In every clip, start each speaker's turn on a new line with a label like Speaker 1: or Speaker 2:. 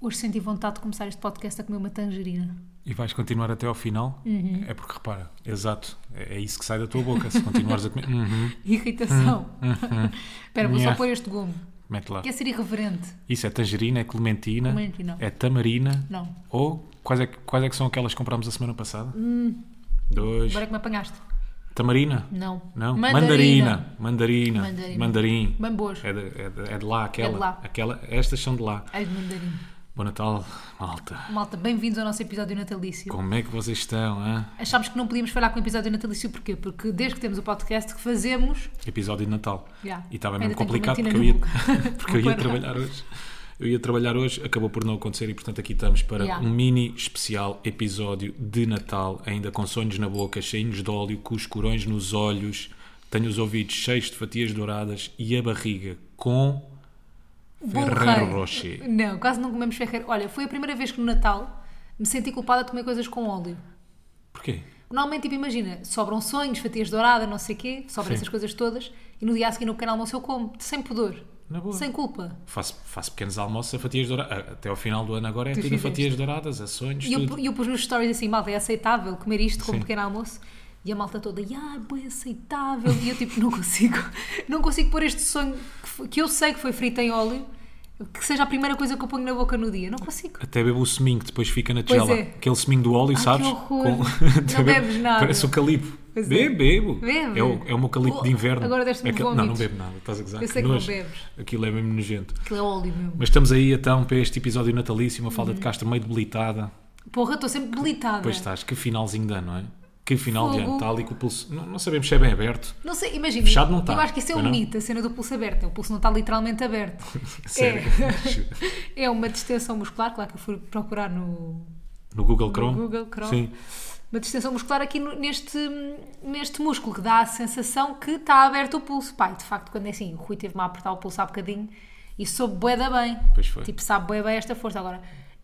Speaker 1: Hoje senti vontade de começar este podcast a comer uma tangerina.
Speaker 2: E vais continuar até ao final?
Speaker 1: Uhum.
Speaker 2: É porque repara, exato, é é isso que sai da tua boca. Se continuares a comer, uhum,
Speaker 1: Irritação. Hum, Espera, vou só
Speaker 2: Yeah.
Speaker 1: pôr este gomo.
Speaker 2: mete lá.
Speaker 1: Quer ser irreverente?
Speaker 2: Isso é tangerina, é clementina,
Speaker 1: Clementina.
Speaker 2: é tamarina.
Speaker 1: Não.
Speaker 2: Ou quais é, que- quais é que são aquelas que comprámos a semana passada?
Speaker 1: Hum.
Speaker 2: Dois.
Speaker 1: Agora que me apanhaste?
Speaker 2: Tamarina?
Speaker 1: Não.
Speaker 2: Não.
Speaker 1: Mandarina.
Speaker 2: Mandarina. Mandarina.
Speaker 1: Mandarina.
Speaker 2: Mandarim.
Speaker 1: Bambôs.
Speaker 2: É de, é de- é de lá aquela.
Speaker 1: É de lá.
Speaker 2: aquela. Estas são de lá.
Speaker 1: Ai, de mandarina.
Speaker 2: Bom Natal, malta.
Speaker 1: Malta, bem-vindos ao nosso episódio natalício.
Speaker 2: Como é que vocês estão, hã?
Speaker 1: Achámos que não podíamos falhar com o episódio natalício, porquê? Porque desde que temos o podcast que fazemos,
Speaker 2: Episódio de Natal.
Speaker 1: Já.
Speaker 2: E estava
Speaker 1: Ainda
Speaker 2: mesmo
Speaker 1: tenho
Speaker 2: complicado porque eu ia,
Speaker 1: clementina no
Speaker 2: porque eu
Speaker 1: Vou
Speaker 2: ia
Speaker 1: parar.
Speaker 2: trabalhar hoje. Eu ia trabalhar hoje, acabou por não acontecer e portanto aqui estamos para
Speaker 1: Já.
Speaker 2: um mini especial episódio de Natal, ainda com sonhos na boca, cheios de óleo, com os corões nos olhos, tenho os ouvidos cheios de fatias douradas e a barriga com Ferrero
Speaker 1: Bom rei.
Speaker 2: Rocher.
Speaker 1: Não, quase não comemos Ferreiro. Olha, foi a primeira vez que no Natal me senti culpada de comer coisas com óleo.
Speaker 2: Porquê?
Speaker 1: Normalmente, tipo, imagina, sobram sonhos, fatias douradas, não sei o quê, sobram
Speaker 2: Sim.
Speaker 1: essas coisas todas, e no dia a seguir no pequeno almoço eu como, sem pudor,
Speaker 2: Na boa.
Speaker 1: sem culpa.
Speaker 2: Faço, faço pequenos almoços a fatias douradas. Ah, Até ao final do ano agora é
Speaker 1: Tu
Speaker 2: tudo a
Speaker 1: fizeste.
Speaker 2: fatias douradas, a sonhos,
Speaker 1: E eu,
Speaker 2: tudo.
Speaker 1: pu- eu pus nos stories assim, malta, é aceitável comer isto como
Speaker 2: Sim.
Speaker 1: pequeno almoço? E a malta toda, ah, é bem aceitável. E eu, tipo, não consigo, não consigo pôr este sonho que, fo- que eu sei que foi frito em óleo, que seja a primeira coisa que eu ponho na boca no dia. Não consigo.
Speaker 2: Até bebo o seminho que depois fica na
Speaker 1: Pois
Speaker 2: tigela.
Speaker 1: é.
Speaker 2: Aquele seminho do óleo,
Speaker 1: que
Speaker 2: sabes?
Speaker 1: horror.
Speaker 2: Até
Speaker 1: Não
Speaker 2: bebo-
Speaker 1: bebes nada.
Speaker 2: Parece o calipo.
Speaker 1: Pois é.
Speaker 2: Bebo, bebo.
Speaker 1: Bebe.
Speaker 2: É o, é o meu calipo
Speaker 1: Oh,
Speaker 2: de inverno.
Speaker 1: agora deste-me
Speaker 2: Aquele- Não,
Speaker 1: vómitos.
Speaker 2: não bebo nada. Estás a gozar.
Speaker 1: Eu sei que não bebes.
Speaker 2: Aquilo é mesmo nojento.
Speaker 1: Aquilo é óleo mesmo.
Speaker 2: Mas estamos aí então para este episódio natalício, uma falda de
Speaker 1: Uhum.
Speaker 2: Castro meio debilitada.
Speaker 1: Porra, eu estou sempre debilitada.
Speaker 2: Pois estás, que finalzinho de ano, não é? Que final de ano.
Speaker 1: É. Fogo.
Speaker 2: Está ali com o pulso. Não, não sabemos se é bem aberto.
Speaker 1: Não sei, imagina.
Speaker 2: Fechado não está,
Speaker 1: Eu acho que isso é um
Speaker 2: não é não?
Speaker 1: mito, a cena do pulso aberto. é, O pulso não está literalmente aberto.
Speaker 2: Sério.
Speaker 1: É uma distensão muscular, claro que eu fui procurar no,
Speaker 2: No Google
Speaker 1: no
Speaker 2: Chrome.
Speaker 1: Google Chrome.
Speaker 2: Sim.
Speaker 1: Uma distensão muscular aqui no- neste, neste músculo, que dá a sensação que está aberto o pulso. Pai, de facto, quando é assim, o Rui teve-me a apertar o pulso há bocadinho e soube bué da bem.
Speaker 2: Pois foi.
Speaker 1: Tipo, sabe bué bem esta força. Agora,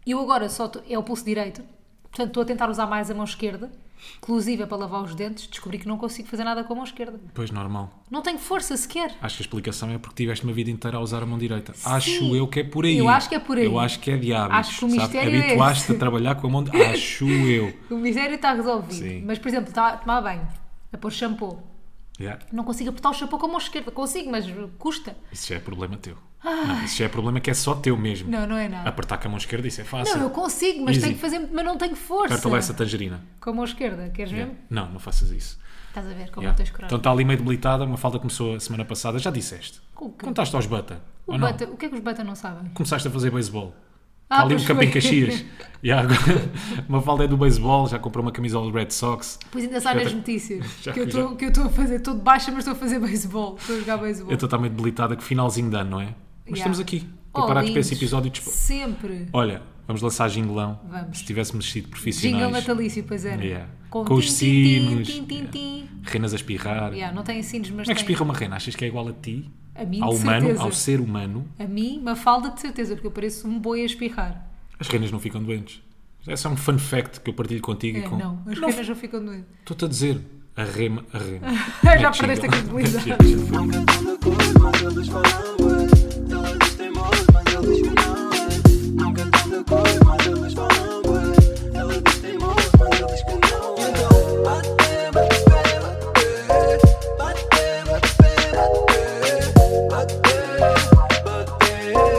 Speaker 1: eu agora só tô- é o pulso direito, portanto estou a tentar usar mais a mão esquerda, inclusive é para lavar os dentes, descobri que não consigo fazer nada com a mão esquerda.
Speaker 2: Pois normal.
Speaker 1: Não tenho força sequer.
Speaker 2: Acho que a explicação é porque tiveste uma vida inteira a usar a mão direita.
Speaker 1: Sim.
Speaker 2: Acho eu que é por aí.
Speaker 1: Eu acho que é por aí.
Speaker 2: Eu acho que é diabo.
Speaker 1: Acho que o mistério é
Speaker 2: Habituaste-te
Speaker 1: esse.
Speaker 2: a trabalhar com a mão direita. Acho eu.
Speaker 1: O mistério está resolvido.
Speaker 2: Sim.
Speaker 1: Mas, por exemplo, está a tomar banho, a pôr shampoo.
Speaker 2: Yeah.
Speaker 1: Não consigo apertar o shampoo com a mão esquerda. Consigo, mas custa.
Speaker 2: Isso já é problema teu. Não, isso já é problema que é só teu mesmo.
Speaker 1: Ah. Não, não é nada.
Speaker 2: Apertar com a mão esquerda, isso é fácil.
Speaker 1: Não, eu consigo, mas
Speaker 2: Easy.
Speaker 1: tenho que fazer, mas não tenho força.
Speaker 2: Aperta lá essa tangerina.
Speaker 1: Com a mão esquerda, queres
Speaker 2: Yeah.
Speaker 1: ver?
Speaker 2: Não, não faças isso.
Speaker 1: Estás a ver É? como
Speaker 2: Yeah.
Speaker 1: não tens coragem.
Speaker 2: Então está ali meio debilitada. Uma falta começou a semana passada. Já disseste.
Speaker 1: O quê?
Speaker 2: Contaste aos bata.
Speaker 1: O
Speaker 2: então, ou não?
Speaker 1: bata- o que é que os bata não sabem?
Speaker 2: Começaste a fazer beisebol.
Speaker 1: Ah,
Speaker 2: Está ali um
Speaker 1: pois
Speaker 2: campo em
Speaker 1: foi.
Speaker 2: Caxias. Yeah, agora, uma falda é do beisebol, já comprou uma camisola do Red Sox.
Speaker 1: Pois ainda sai nas
Speaker 2: Já- tá-
Speaker 1: notícias
Speaker 2: já-
Speaker 1: que eu estou- que eu estou a fazer, estou de baixa, mas estou a fazer beisebol, estou a jogar beisebol.
Speaker 2: Eu estou também debilitada É que finalzinho de ano, não é? Mas
Speaker 1: Yeah.
Speaker 2: estamos aqui,
Speaker 1: Oh,
Speaker 2: preparados para esse
Speaker 1: lindos.
Speaker 2: episódio. De... espo-
Speaker 1: Sempre.
Speaker 2: Olha, vamos lançar jinglão.
Speaker 1: Vamos.
Speaker 2: Se tivéssemos sido
Speaker 1: Jingle
Speaker 2: profissionais.
Speaker 1: natalício, pois é.
Speaker 2: Yeah. Com os sinos. Yeah. Renas a espirrar.
Speaker 1: Yeah, não tem sinos, mas
Speaker 2: Como é que
Speaker 1: tem-
Speaker 2: espirra uma rena? Achas que é igual a ti?
Speaker 1: A mim,
Speaker 2: ao
Speaker 1: de
Speaker 2: humano,
Speaker 1: certeza.
Speaker 2: ao ser humano.
Speaker 1: A mim, uma falda de certeza, porque eu pareço um boi a espirrar.
Speaker 2: As renas não ficam doentes. É só um fun fact que eu partilho contigo
Speaker 1: É,
Speaker 2: e com.
Speaker 1: não, as
Speaker 2: Não, Ah,
Speaker 1: pernas não ficam doentes.
Speaker 2: Estou-te a dizer. A rema, a é rema.
Speaker 1: Já perdeste a credibilidade.
Speaker 2: credibilidade.
Speaker 3: Nunca tão de acordo, mas eles falam bué. Todos teimosos, mas eles que não é. Nunca tão de acordo, mas eles falam bué. Ela diz teimoso, mas eles que não é. Então, bate, bate, bate, bate. Bate, bate, bate, bate.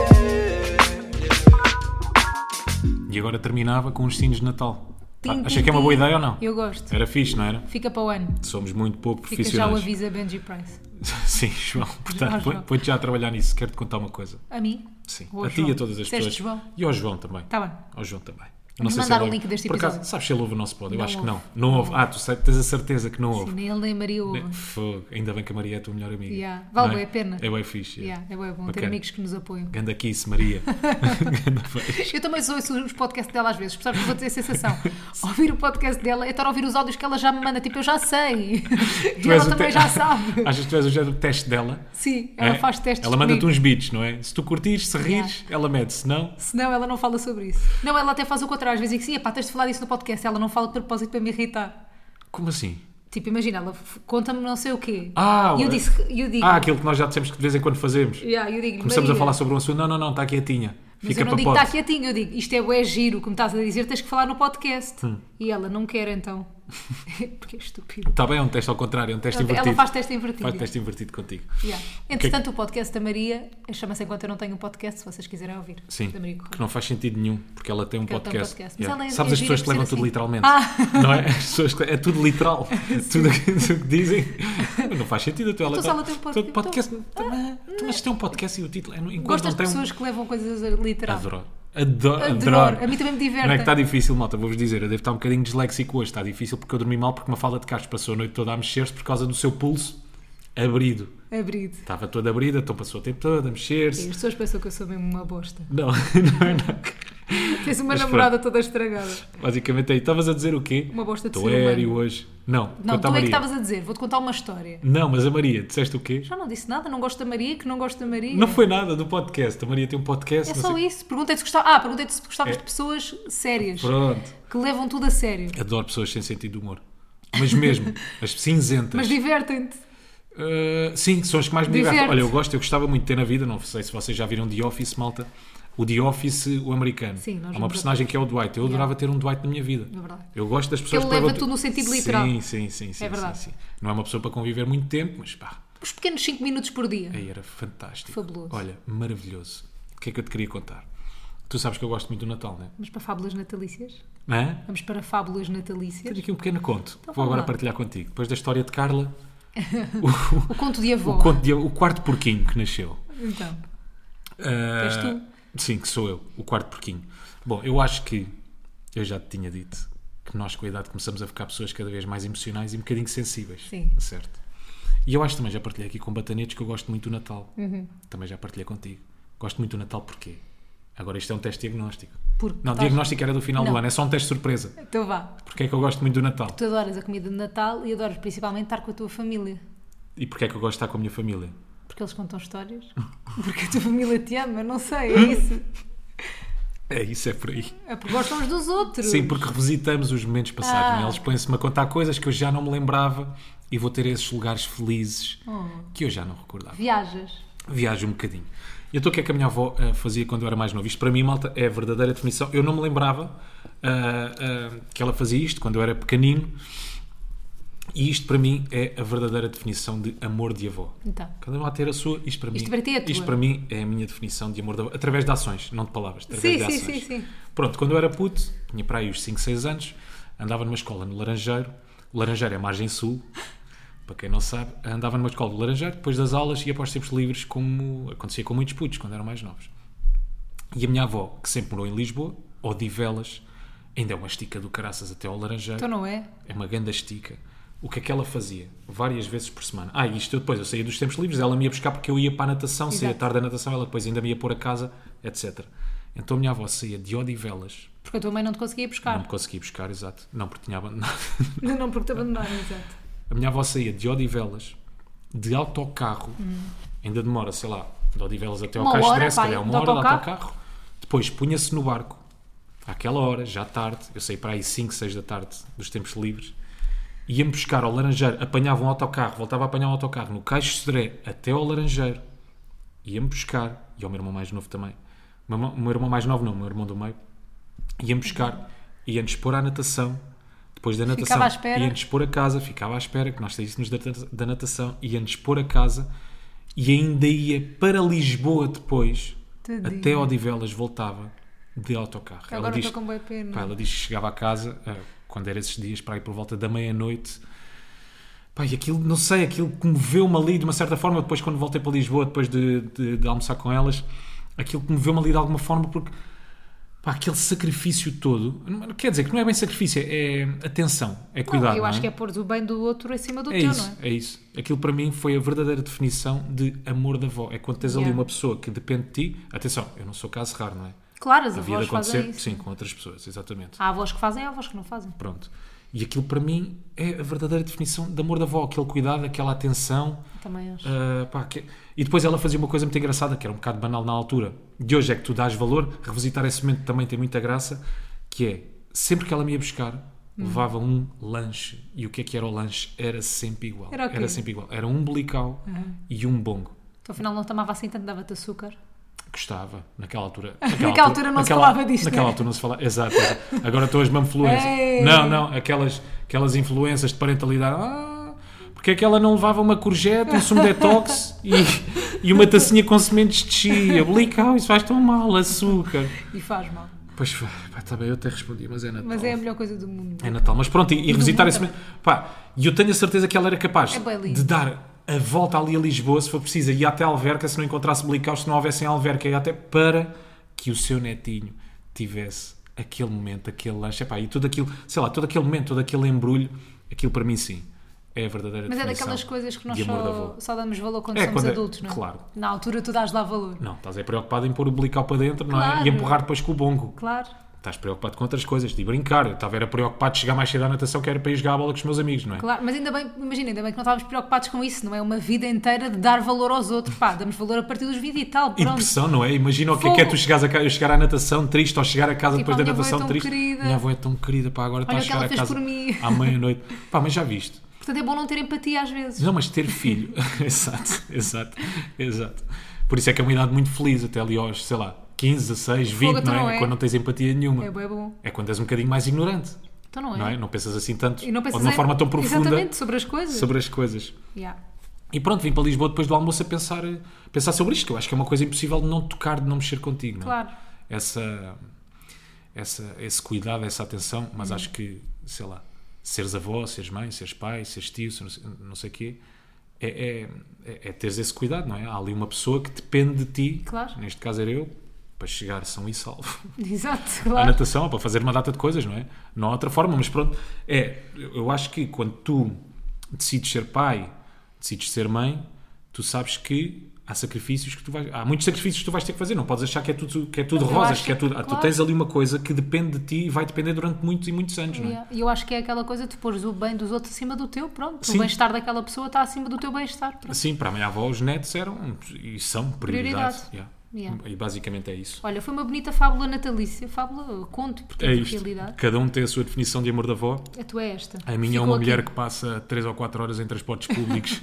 Speaker 3: Bate.
Speaker 2: E agora terminava com os sinos de Natal.
Speaker 1: Tim,
Speaker 2: Ah,
Speaker 1: tim,
Speaker 2: achei que é uma boa
Speaker 1: tim.
Speaker 2: ideia ou não? É.
Speaker 1: Eu gosto.
Speaker 2: Era fixe, não era?
Speaker 1: Fica para o ano.
Speaker 2: Somos muito pouco
Speaker 1: Fica já o
Speaker 2: profissionais.
Speaker 1: aviso a Benji Price.
Speaker 2: Sim, João. Portanto,
Speaker 1: João.
Speaker 2: põe- põe-te já a trabalhar nisso. Quero-te contar uma coisa.
Speaker 1: A mim?
Speaker 2: Sim.
Speaker 1: Ou ao
Speaker 2: a ti
Speaker 1: João.
Speaker 2: e a todas as
Speaker 1: Disseste
Speaker 2: pessoas.
Speaker 1: João?
Speaker 2: E ao João também.
Speaker 1: Está bem.
Speaker 2: Ao João também.
Speaker 1: Vamos
Speaker 2: sei se
Speaker 1: mandar
Speaker 2: ele
Speaker 1: o
Speaker 2: ouve.
Speaker 1: link deste
Speaker 2: Por acaso,
Speaker 1: episódio.
Speaker 2: sabes se ele ouve o nosso pod? Eu
Speaker 1: Não
Speaker 2: acho
Speaker 1: ouve.
Speaker 2: que não. Não ouve. Ah, tu sei- tens a certeza que não ouve. Né?
Speaker 1: Nem ele nem a Maria ouve.
Speaker 2: Fogo. Ainda bem que a Maria é a tua melhor amiga.
Speaker 1: Yeah. Vale
Speaker 2: Não
Speaker 1: bué a pena.
Speaker 2: É bem fixe. yeah.
Speaker 1: Yeah, é bué bom ter
Speaker 2: Bacana.
Speaker 1: amigos que nos apoiam.
Speaker 2: Ganda kiss, Maria. Ganda beijo.
Speaker 1: Eu também sou ouço os podcasts dela às vezes, percebes? Vou ter a sensação. ouvir o podcast dela é estar a ouvir os áudios que ela já me manda, tipo, eu já sei. e ela
Speaker 2: o
Speaker 1: também
Speaker 2: te-
Speaker 1: já sabe.
Speaker 2: Achas que tu és o género do teste dela?
Speaker 1: Sim, ela
Speaker 2: É?
Speaker 1: faz testes
Speaker 2: Ela manda-te
Speaker 1: comigo.
Speaker 2: uns beats, não é? Se tu curtires, se rires, ela mete. Se não,
Speaker 1: Senão ela não fala sobre isso. Não, ela até faz o contrário. Às vezes diz assim, epá, tens de falar disso no podcast. Ela não fala de propósito para me irritar.
Speaker 2: como assim?
Speaker 1: Tipo, imagina, ela f- conta-me não sei o quê.
Speaker 2: Ah,
Speaker 1: e eu,
Speaker 2: o-
Speaker 1: disse, que- eu digo,
Speaker 2: Ah, aquilo que nós já dissemos que de vez em quando fazemos.
Speaker 1: yeah, eu digo
Speaker 2: Começamos a falar sobre um assunto. Não, não, não, está quietinha.
Speaker 1: Mas
Speaker 2: Fica
Speaker 1: eu não
Speaker 2: para
Speaker 1: digo tá
Speaker 2: pote.
Speaker 1: está quietinho, eu digo isto é bué giro, como estás a dizer, tens que falar no podcast.
Speaker 2: Hum.
Speaker 1: E ela não quer então. Porque é estúpido.
Speaker 2: Está bem, é um teste ao contrário, é um teste
Speaker 1: Ela-
Speaker 2: invertido.
Speaker 1: Ela faz teste invertido.
Speaker 2: Faz teste invertido contigo.
Speaker 1: Yeah.
Speaker 2: é
Speaker 1: Entretanto, o podcast da Maria chama-se Enquanto Eu Não Tenho um Podcast, se vocês quiserem ouvir.
Speaker 2: Sim,
Speaker 1: Da Maria Correia.
Speaker 2: que não faz sentido nenhum, porque ela tem um
Speaker 1: Porque ela tem um
Speaker 2: podcast.
Speaker 1: podcast. Mas
Speaker 2: Yeah.
Speaker 1: ela é-
Speaker 2: Sabes
Speaker 1: é
Speaker 2: as pessoas
Speaker 1: gira
Speaker 2: que
Speaker 1: por
Speaker 2: levam
Speaker 1: ser
Speaker 2: tudo
Speaker 1: assim.
Speaker 2: literalmente, não é? As pessoas que- é tudo literal. tudo aquilo que dizem. Mas não faz sentido. Então, ela
Speaker 1: Então, se
Speaker 2: tá-
Speaker 1: ela tem um
Speaker 2: então,
Speaker 1: podcast- Ah,
Speaker 2: podcast. também- então, mas tem um podcast e o título é no- enquanto
Speaker 1: Gosto
Speaker 2: não
Speaker 1: das
Speaker 2: tem um-
Speaker 1: pessoas que levam coisas a literal.
Speaker 2: Adoro. Adoro.
Speaker 1: Adoro. A mim também me diverte.
Speaker 2: Não é que está difícil, malta, vou-vos dizer. Eu devo estar um bocadinho disléxico hoje. Está difícil porque eu dormi mal porque uma fala de Castro passou a noite toda a mexer-se por causa do seu pulso abrido.
Speaker 1: Abrido.
Speaker 2: Estava toda abrida, então passou o tempo todo a mexer-se.
Speaker 1: Sim, as pessoas pensam que eu sou mesmo uma bosta.
Speaker 2: Não, não é nada.
Speaker 1: Tens uma
Speaker 2: Mas
Speaker 1: namorada toda estragada.
Speaker 2: Basicamente aí. Estavas a dizer o quê?
Speaker 1: Uma bosta de
Speaker 2: Estou
Speaker 1: ser humano.
Speaker 2: aéreo hoje. Não,
Speaker 1: Não, tu
Speaker 2: conta a
Speaker 1: é que
Speaker 2: Maria.
Speaker 1: estavas a dizer, vou-te contar uma história.
Speaker 2: Não, mas a Maria, disseste o quê?
Speaker 1: Já não disse nada, não gosto da Maria, que não gosto da Maria.
Speaker 2: Não foi nada do podcast. A Maria tem um podcast.
Speaker 1: É
Speaker 2: não
Speaker 1: só
Speaker 2: sei-
Speaker 1: isso. Perguntei-te se gostava. Ah, perguntei-te se gostavas
Speaker 2: É.
Speaker 1: de pessoas sérias
Speaker 2: Pronto.
Speaker 1: que levam tudo a sério.
Speaker 2: Adoro pessoas sem sentido de humor. Mas mesmo, as cinzentas.
Speaker 1: Mas divertem-te.
Speaker 2: Uh, sim, são as que mais me divertem.
Speaker 1: Diverte.
Speaker 2: Olha, eu gosto, eu gostava muito de ter na vida, não sei se vocês já viram The Office, malta. O The Office, o americano.
Speaker 1: Sim, nós
Speaker 2: Há
Speaker 1: vimos
Speaker 2: uma personagem que é o Dwight. Eu adorava ter um Dwight na minha vida.
Speaker 1: É verdade.
Speaker 2: Eu gosto das pessoas
Speaker 1: ele
Speaker 2: que levam
Speaker 1: leva tudo no sentido literal. É
Speaker 2: Sim, sim, sim. sim,
Speaker 1: verdade.
Speaker 2: sim, sim. Não é uma pessoa para conviver muito tempo, mas pá,
Speaker 1: Os pequenos 5 minutos por dia.
Speaker 2: aí era fantástico.
Speaker 1: Fabuloso.
Speaker 2: Olha, maravilhoso. O que é que eu te queria contar? Tu sabes que eu gosto muito do Natal, não é?
Speaker 1: Vamos para fábulas natalícias?
Speaker 2: Não é?
Speaker 1: Vamos para fábulas
Speaker 2: Tenho
Speaker 1: natalícias.
Speaker 2: aqui um pequeno conto.
Speaker 1: Então
Speaker 2: Vou
Speaker 1: vá
Speaker 2: agora
Speaker 1: lá.
Speaker 2: partilhar contigo. Depois da história de Carla,
Speaker 1: O conto de avó.
Speaker 2: o, conto de- o quarto porquinho que nasceu.
Speaker 1: Então,
Speaker 2: Ah,
Speaker 1: És tu?
Speaker 2: Sim, que sou eu, o quarto porquinho. Bom, eu acho que eu já te tinha dito que nós com a idade começamos a ficar pessoas cada vez mais emocionais e um bocadinho sensíveis.
Speaker 1: Sim.
Speaker 2: Certo. E eu acho também, já partilhei aqui com batanetes que eu gosto muito do Natal.
Speaker 1: Uhum.
Speaker 2: Também já partilhei contigo. Gosto muito do Natal porquê? Agora isto é um teste diagnóstico.
Speaker 1: Porque
Speaker 2: não,
Speaker 1: estás-
Speaker 2: diagnóstico era do final
Speaker 1: Não.
Speaker 2: do ano, é só um teste surpresa.
Speaker 1: então vá.
Speaker 2: Porquê é que eu gosto muito do Natal?
Speaker 1: Tu adoras a comida de Natal e adoras principalmente estar com a tua família.
Speaker 2: E porquê é que eu gosto de estar com a minha família?
Speaker 1: Porque eles contam histórias. Porque a tua família te ama, não sei, é isso.
Speaker 2: É isso, é por aí.
Speaker 1: É porque gostam uns dos outros.
Speaker 2: Sim, porque revisitamos os momentos passados.
Speaker 1: Ah.
Speaker 2: né? Eles põem-se-me a contar coisas que eu já não me lembrava e vou ter esses lugares felizes que eu já não recordava.
Speaker 1: Oh, Viajas.
Speaker 2: Viajo um bocadinho. E então o que é que a minha avó ah, fazia quando eu era mais novo? Isto para mim, malta, é a verdadeira definição. Eu não me lembrava ah, ah, que ela fazia isto quando eu era pequenino. E isto para mim é a verdadeira definição de amor de avó.
Speaker 1: Então.
Speaker 2: Cada um a ter a sua, isto para
Speaker 1: Isto
Speaker 2: mim.
Speaker 1: para ti é a tua.
Speaker 2: isto para mim é a minha definição de amor de avó. Através de ações, não de palavras. Através
Speaker 1: Sim,
Speaker 2: de
Speaker 1: sim,
Speaker 2: ações.
Speaker 1: sim, sim.
Speaker 2: Pronto, quando eu era puto, tinha para aí os 5, 6 anos, andava numa escola no Laranjeiro. O Laranjeiro é a margem sul, para quem não sabe. Andava numa escola do Laranjeiro, depois das aulas e após tempos livres, como acontecia com muitos putos quando eram mais novos. E a minha avó, que sempre morou em Lisboa, Odivelas, ainda é uma estica do caraças até ao Laranjeiro.
Speaker 1: Então não é?
Speaker 2: É uma ganda estica. O que é que ela fazia? Várias vezes por semana. Ah, e isto eu depois, eu saía dos tempos livres, ela me ia buscar porque eu ia para a natação, saía
Speaker 1: Exato.
Speaker 2: tarde da natação, ela depois ainda me ia pôr a casa, etc. Então a minha avó saía de Odivelas,
Speaker 1: Porque a tua mãe não te conseguia
Speaker 2: não
Speaker 1: buscar.
Speaker 2: me conseguia buscar, exato, não, porque tinha abandonado.
Speaker 1: Não, porque te abandonaram, exato.
Speaker 2: A minha avó saía de Odivelas, de autocarro, ainda demora, sei lá, de Odivelas até ao
Speaker 1: Hum. Uma
Speaker 2: Cais de
Speaker 1: hora,
Speaker 2: Dress,
Speaker 1: pai,
Speaker 2: calhar uma
Speaker 1: de
Speaker 2: hora de
Speaker 1: autocarro.
Speaker 2: autocarro. Depois punha-se no barco, àquela hora, já tarde, eu saí para aí 5, 6 da tarde, dos tempos livres, ia-me buscar ao Laranjeiro, apanhava um autocarro, voltava a apanhar um autocarro no Cais de Sodré até ao Laranjeiro, ia-me buscar, e ao meu irmão mais novo também, o meu irmão- o meu irmão mais novo não, o meu irmão do meio, ia-me buscar, ia-nos pôr à natação, depois da natação,
Speaker 1: Ficava à espera.
Speaker 2: ia-nos pôr a casa, ficava à espera que nós saíssemos da, da natação, ia-nos pôr a casa e ainda ia para Lisboa depois,
Speaker 1: Tadinho.
Speaker 2: até Odivelas voltava de autocarro.
Speaker 1: Agora estou com boa pena.
Speaker 2: Pá, ela diz que chegava a casa, ah, quando era esses dias, para ir por volta da meia-noite. Pá, e aquilo, não sei, aquilo comoveu-me ali de uma certa forma. Depois, quando voltei para Lisboa, depois de, de- de almoçar com elas, aquilo comoveu-me ali de alguma forma, porque pá, aquele sacrifício todo, não- quer dizer que não é bem sacrifício, é atenção, é
Speaker 1: Não,
Speaker 2: cuidado.
Speaker 1: eu
Speaker 2: não
Speaker 1: acho
Speaker 2: é?
Speaker 1: que é pôr o bem do outro em cima do
Speaker 2: É
Speaker 1: teu,
Speaker 2: isso,
Speaker 1: não é?
Speaker 2: é isso. Aquilo para mim foi a verdadeira definição de amor da avó. É quando tens ali
Speaker 1: Yeah.
Speaker 2: uma pessoa que depende de ti. Atenção, eu não sou caso raro, não é?
Speaker 1: Claro, as
Speaker 2: Havia de
Speaker 1: avós fazem
Speaker 2: acontecer,
Speaker 1: isso.
Speaker 2: sim, com outras pessoas, exatamente.
Speaker 1: Há avós que fazem, há avós que não fazem.
Speaker 2: Pronto. E aquilo para mim é a verdadeira definição de amor da avó, aquele cuidado, aquela atenção.
Speaker 1: Também acho.
Speaker 2: ah, pá, que- E depois ela fazia uma coisa muito engraçada, que era um bocado banal na altura. De hoje é que tu dás valor, revisitar esse momento também tem muita graça, que é sempre que ela me ia buscar,
Speaker 1: Hum.
Speaker 2: levava um lanche. E o que é que era o lanche? Era sempre igual.
Speaker 1: Era o quê?
Speaker 2: sempre igual. Era um umbilical e um bongo.
Speaker 1: Então, afinal, não tomava assim tanto, dava-te açúcar.
Speaker 2: Gostava, naquela altura. Naquela,
Speaker 1: altura não se falava disto,
Speaker 2: Naquela
Speaker 1: não é?
Speaker 2: altura não se falava, exato. exato. Agora estão as mamfluências.
Speaker 1: Ei.
Speaker 2: Não, não, aquelas, aquelas influências de parentalidade. Ah, porque é que ela não levava uma courgette, um sumo detox e, e uma tacinha com sementes de chia? Blicau, isso faz tão mal, açúcar.
Speaker 1: E faz mal.
Speaker 2: Pois foi, pá, tá bem, eu até respondi, mas é Natal.
Speaker 1: Mas é a melhor coisa do mundo.
Speaker 2: É Natal. Mas pronto, e, e revisitar esse. momento- Pá, e eu tenho a certeza que ela era capaz
Speaker 1: É bué lindo.
Speaker 2: de dar a volta ali a Lisboa, se for preciso, e até Alverca, se não encontrasse Belicau, se não houvesse em Alverca, e até para que o seu netinho tivesse aquele momento, aquele lanche, epá, e tudo aquilo, sei lá, todo aquele momento, todo aquele embrulho, aquilo para mim sim, é a verdadeira
Speaker 1: Mas é
Speaker 2: definição
Speaker 1: daquelas coisas que nós
Speaker 2: de amor de avô.
Speaker 1: só, só damos valor quando
Speaker 2: É,
Speaker 1: somos
Speaker 2: quando é-
Speaker 1: adultos, não é?
Speaker 2: claro.
Speaker 1: Na altura tu dás lá valor.
Speaker 2: Não, estás aí preocupado em pôr o Belicau para dentro, não é?
Speaker 1: Claro.
Speaker 2: E empurrar depois com o bongo.
Speaker 1: Claro.
Speaker 2: Estás preocupado com outras coisas, de brincar. Eu estava era preocupado de chegar mais cedo à natação, que era para ir jogar a bola com os meus amigos, não é?
Speaker 1: Claro, mas ainda bem, imagina, ainda bem que não estávamos preocupados com isso, não é uma vida inteira de dar valor aos outros, pá, damos valor a partir dos 20 e tal,
Speaker 2: E
Speaker 1: pronto.
Speaker 2: depressão, não é? Imagina o que é
Speaker 1: Fogo.
Speaker 2: que é tu chegares a ca- eu chegar à natação triste ou chegar a casa
Speaker 1: Tipo,
Speaker 2: depois da
Speaker 1: a minha avó é
Speaker 2: natação
Speaker 1: tão
Speaker 2: triste.
Speaker 1: querida.
Speaker 2: Minha avó é tão querida, pá, agora está
Speaker 1: Olha
Speaker 2: a
Speaker 1: o que ela
Speaker 2: chegar a
Speaker 1: fez
Speaker 2: casa
Speaker 1: por mim.
Speaker 2: à meia-noite. Pá, mas já viste.
Speaker 1: Portanto é bom não ter empatia às vezes.
Speaker 2: Não, mas é ter filho. exato, exato, exato. Por isso é que é uma idade muito feliz, até ali aos, sei lá, 15, 16, 20,
Speaker 1: então
Speaker 2: não é?
Speaker 1: não é.
Speaker 2: Quando não tens empatia nenhuma.
Speaker 1: É bom, é bom.
Speaker 2: É quando és um bocadinho mais ignorante,
Speaker 1: Então não é.
Speaker 2: não é? Não pensas assim tanto,
Speaker 1: E não pensas
Speaker 2: ou de uma
Speaker 1: em-
Speaker 2: forma tão profunda
Speaker 1: Exatamente, sobre as coisas.
Speaker 2: sobre as coisas.
Speaker 1: Yeah.
Speaker 2: E pronto, vim para Lisboa depois do almoço a pensar, pensar sobre isto, que eu acho que é uma coisa impossível de não tocar, de não mexer contigo. não é?
Speaker 1: Claro.
Speaker 2: Essa, essa, esse cuidado, essa atenção, mas acho que, sei lá, seres avó, seres mãe, seres pai, seres tio, se não sei- não sei o quê, é, é, é- é teres esse cuidado, não é? Há ali uma pessoa que depende de ti,
Speaker 1: Claro.
Speaker 2: neste caso era eu, para chegar são e salvo
Speaker 1: Exato,
Speaker 2: à
Speaker 1: claro.
Speaker 2: natação, para fazer uma data de coisas, não é? Não há outra forma, mas pronto. É, eu acho que quando tu decides ser pai, decides ser mãe, tu sabes que há sacrifícios que tu vais. Há muitos sacrifícios que tu vais ter que fazer, não podes achar que é tudo, que é tudo
Speaker 1: Mas eu
Speaker 2: rosas,
Speaker 1: acho
Speaker 2: que é
Speaker 1: que-
Speaker 2: tudo. ah, Tu
Speaker 1: claro.
Speaker 2: tens ali uma coisa que depende de ti e vai depender durante muitos e muitos anos, não é?
Speaker 1: Yeah. E eu acho que é aquela coisa de pôres o bem dos outros acima do teu, pronto.
Speaker 2: Sim.
Speaker 1: O bem-estar daquela pessoa está acima do teu bem-estar. pronto.
Speaker 2: Sim, para a minha avó, os netos eram e são prioridade.
Speaker 1: Prioridade.
Speaker 2: Yeah.
Speaker 1: Yeah.
Speaker 2: E basicamente é isso.
Speaker 1: Olha, foi uma bonita fábula natalícia, fábula, conto, porque
Speaker 2: É
Speaker 1: é
Speaker 2: isto.
Speaker 1: realidade.
Speaker 2: Cada um tem a sua definição de amor da avó.
Speaker 1: A tua é esta.
Speaker 2: A minha é
Speaker 1: Ficou
Speaker 2: uma
Speaker 1: aqui.
Speaker 2: mulher que passa 3 ou 4 horas em transportes públicos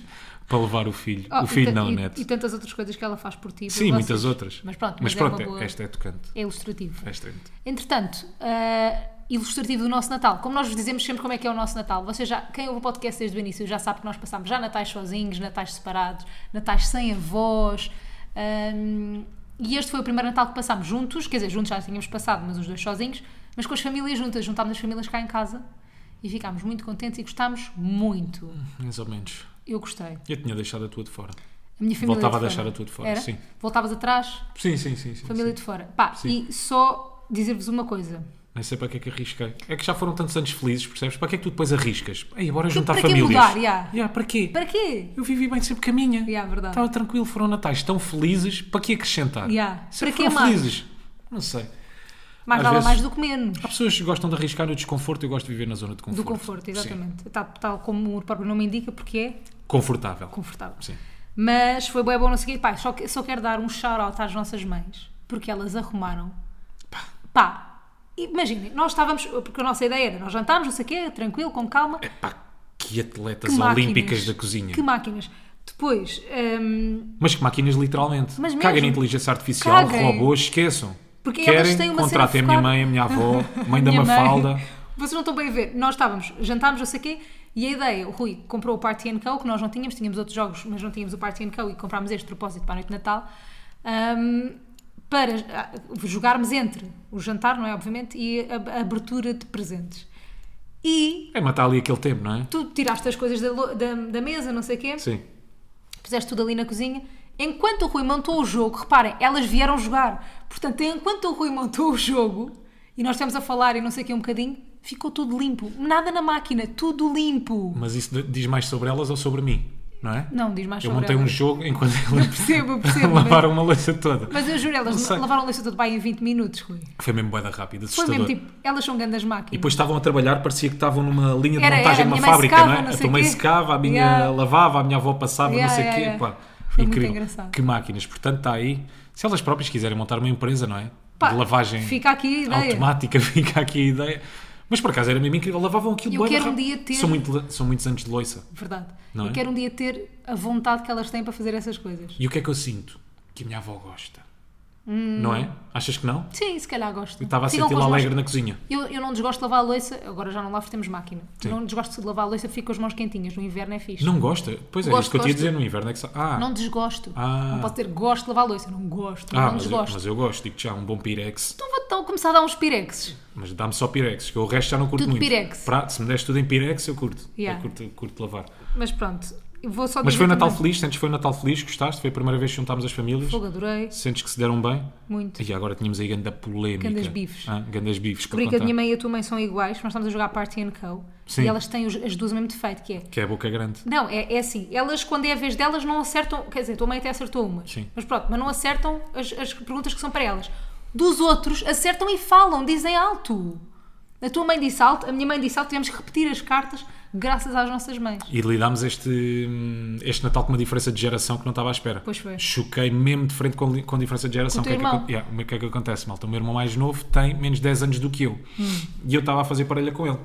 Speaker 2: para levar o filho.
Speaker 1: Oh,
Speaker 2: o filho
Speaker 1: e ta-
Speaker 2: não,
Speaker 1: e,
Speaker 2: neto.
Speaker 1: E tantas outras coisas que ela faz por ti. por
Speaker 2: Sim,
Speaker 1: vocês.
Speaker 2: muitas outras.
Speaker 1: Mas pronto, mas é uma boa-
Speaker 2: esta é tocante.
Speaker 1: É ilustrativo.
Speaker 2: Esta é muito-
Speaker 1: Entretanto, ah, ilustrativo do nosso Natal. Como nós vos dizemos sempre como é que é o nosso Natal. Vocês já, quem ouve o podcast desde o início já sabe que nós passámos já natais sozinhos, natais separados, natais sem avós. ahm, e este foi o primeiro Natal que passámos juntos. Quer dizer, juntos já tínhamos passado, mas os dois sozinhos. Mas com as famílias juntas. Juntámos as famílias cá em casa. E ficámos muito contentes e gostámos muito.
Speaker 2: Mais ou menos.
Speaker 1: Eu gostei.
Speaker 2: Eu tinha deixado a tua de fora.
Speaker 1: A minha família
Speaker 2: Voltava
Speaker 1: de
Speaker 2: a
Speaker 1: fora.
Speaker 2: deixar a tua de fora,
Speaker 1: Era?
Speaker 2: sim.
Speaker 1: Voltavas atrás,
Speaker 2: Sim, sim, sim. sim,
Speaker 1: família
Speaker 2: sim.
Speaker 1: de fora. Pá,
Speaker 2: Sim.
Speaker 1: e só dizer-vos uma coisa.
Speaker 2: Nem sei para que é que arrisquei. É que já foram tantos anos felizes, percebes? Para que é que tu depois arriscas? Ei, bora juntar
Speaker 1: para que
Speaker 2: famílias.
Speaker 1: mudar, já?
Speaker 2: Já, para quê?
Speaker 1: Para quê?
Speaker 2: Eu vivi bem sempre com a minha.
Speaker 1: Já, verdade.
Speaker 2: Estava tranquilo, foram natais tão felizes. Para que acrescentar?
Speaker 1: Já.
Speaker 2: Sempre
Speaker 1: Para quê
Speaker 2: foram
Speaker 1: mais?
Speaker 2: felizes. Não sei.
Speaker 1: Mais
Speaker 2: Às
Speaker 1: vale
Speaker 2: vezes-
Speaker 1: mais do que menos.
Speaker 2: Há pessoas que gostam de arriscar o desconforto. Eu gosto de viver na zona de conforto.
Speaker 1: Do conforto,
Speaker 2: Sim.
Speaker 1: exatamente. Tal, tal como o próprio nome indica, porque é
Speaker 2: Confortável.
Speaker 1: confortável.
Speaker 2: Sim.
Speaker 1: Mas foi bem bom, não sei o quê. Pá, só, que- só quero dar um shout-out às nossas mães, porque elas arrumaram. Pá, imaginem, nós estávamos, porque a nossa ideia era, nós jantámos, não sei o quê, tranquilo, com calma.
Speaker 2: Pá, que atletas
Speaker 1: Que máquinas.
Speaker 2: É, olímpicas da cozinha.
Speaker 1: Que máquinas. Depois, hum,
Speaker 2: Mas que máquinas, literalmente.
Speaker 1: Mas
Speaker 2: Caguem na
Speaker 1: mesmo.
Speaker 2: inteligência artificial,
Speaker 1: Caguem.
Speaker 2: robôs, esqueçam.
Speaker 1: Porque
Speaker 2: Querem,
Speaker 1: elas têm uma cena
Speaker 2: contratem a minha
Speaker 1: focada.
Speaker 2: mãe, a minha avó, mãe da
Speaker 1: Minha
Speaker 2: Mafalda.
Speaker 1: Vocês não estão bem a ver. Nós estávamos, jantámos, não sei o quê, e a ideia, o Rui comprou o Party and Co, que nós não tínhamos, tínhamos outros jogos, mas não tínhamos o Party and Co, e comprámos este de propósito para a noite de Natal, ahm, para ah, jogarmos entre o jantar, não é, obviamente, e a, a abertura de presentes. E
Speaker 2: É matar ali aquele tempo, não é?
Speaker 1: tu tiraste as coisas da, lo- da- da mesa, não sei o quê,
Speaker 2: Sim.
Speaker 1: puseste tudo ali na cozinha. Enquanto o Rui montou o jogo, reparem, elas vieram jogar. Portanto, enquanto o Rui montou o jogo, e nós estivemos a falar e não sei o que um bocadinho, ficou tudo limpo. Nada na máquina, tudo limpo.
Speaker 2: Mas isso diz mais sobre elas ou sobre mim, não é?
Speaker 1: Não, diz mais
Speaker 2: Eu
Speaker 1: sobre
Speaker 2: montei um
Speaker 1: elas.
Speaker 2: jogo enquanto elas
Speaker 1: Percebo, eu percebo. mas,
Speaker 2: lavaram uma louça toda.
Speaker 1: mas eu juro,
Speaker 2: Não
Speaker 1: elas
Speaker 2: sei.
Speaker 1: lavaram a louça todo bem em 20 minutos, Rui.
Speaker 2: Foi mesmo boeda rápida,
Speaker 1: Foi
Speaker 2: assustador.
Speaker 1: mesmo tipo, elas são grandes máquinas.
Speaker 2: E depois estavam a trabalhar, parecia que estavam numa linha de
Speaker 1: Era, era,
Speaker 2: montagem
Speaker 1: a
Speaker 2: de uma
Speaker 1: minha mãe
Speaker 2: fábrica,
Speaker 1: secava,
Speaker 2: não é?
Speaker 1: não
Speaker 2: a
Speaker 1: sei
Speaker 2: tua mãe
Speaker 1: quê.
Speaker 2: secava, a minha
Speaker 1: Yeah.
Speaker 2: lavava, a minha avó passava,
Speaker 1: Yeah,
Speaker 2: não sei o
Speaker 1: yeah,
Speaker 2: quê.
Speaker 1: yeah.
Speaker 2: Pá,
Speaker 1: Foi muito
Speaker 2: incrível.
Speaker 1: engraçado.
Speaker 2: Que máquinas. Portanto, está aí. Se elas próprias quiserem montar uma empresa, não é?
Speaker 1: Pá,
Speaker 2: de lavagem
Speaker 1: Fica aqui a ideia.
Speaker 2: automática, fica aqui a ideia. Mas por acaso era mesmo incrível, lavavam aquilo
Speaker 1: Eu
Speaker 2: bué da
Speaker 1: quero um
Speaker 2: rápido.
Speaker 1: dia ter-
Speaker 2: São, muito- são muitos anos de loiça.
Speaker 1: Verdade.
Speaker 2: Não
Speaker 1: eu
Speaker 2: é?
Speaker 1: quero um dia ter a vontade que elas têm para fazer essas coisas.
Speaker 2: E o que é que eu sinto? Que a minha avó gosta. Não é? Achas que não?
Speaker 1: Sim, se calhar gosto.
Speaker 2: Eu estava a
Speaker 1: Ficam
Speaker 2: sentir-lo
Speaker 1: Hum. com as mãos-
Speaker 2: alegre na cozinha.
Speaker 1: Eu, eu não desgosto de lavar a louça, agora já não lavo, porque temos máquina.
Speaker 2: Sim.
Speaker 1: Não desgosto de lavar a louça, fico com as mãos quentinhas, no inverno é fixe.
Speaker 2: Não gosta? Pois é,
Speaker 1: Gosto,
Speaker 2: isso que eu te ia
Speaker 1: gosto.
Speaker 2: dizer no inverno é que. sa- Ah,
Speaker 1: Não desgosto.
Speaker 2: Ah.
Speaker 1: Não posso dizer gosto de lavar a louça, não gosto,
Speaker 2: ah
Speaker 1: não
Speaker 2: mas, eu,
Speaker 1: desgosto.
Speaker 2: mas eu gosto. Digo-te já, um bom pirex.
Speaker 1: Então vou então começar a dar uns pirexes.
Speaker 2: Mas dá-me só pirex, que eu o resto já não curto
Speaker 1: Tudo
Speaker 2: muito.
Speaker 1: Pirex.
Speaker 2: Pra- se me des tudo em pirex, eu curto.
Speaker 1: Yeah.
Speaker 2: Eu curto, curto lavar.
Speaker 1: Mas pronto, eu vou só
Speaker 2: Mas
Speaker 1: dizer
Speaker 2: foi um Natal
Speaker 1: também-
Speaker 2: feliz, sentes que foi um Natal feliz, gostaste? Foi a primeira vez que juntámos as famílias?
Speaker 1: Fogo, adorei.
Speaker 2: Sentes que se deram bem?
Speaker 1: Muito.
Speaker 2: E agora tínhamos aí ganda polémica.
Speaker 1: Gandas bifes.
Speaker 2: Ah, gandas bifes. para
Speaker 1: Descobri que a
Speaker 2: contar.
Speaker 1: minha mãe e a tua mãe são iguais, nós estamos a jogar Party and Co.
Speaker 2: Sim.
Speaker 1: E elas têm os- as duas o mesmo defeito, que é.
Speaker 2: Que é a boca grande.
Speaker 1: Não, é, é assim, elas quando é a vez delas não acertam, quer dizer, a tua mãe até acertou umas,
Speaker 2: Sim.
Speaker 1: mas pronto, mas não acertam as, as perguntas que são para elas. Dos outros, acertam e falam, dizem alto. A tua mãe disse alto, a minha mãe disse alto, tivemos que repetir as cartas graças às nossas mães.
Speaker 2: E lidámos este, este Natal com uma diferença de geração que não estava à espera.
Speaker 1: Pois foi.
Speaker 2: Choquei mesmo de frente com, li- com a diferença de geração.
Speaker 1: Com o teu
Speaker 2: que é que,
Speaker 1: irmão.
Speaker 2: acon- Yeah, o que é que acontece, malta? O meu irmão mais novo tem menos 10 anos do que eu.
Speaker 1: Hum.
Speaker 2: E eu estava a fazer parelha com ele.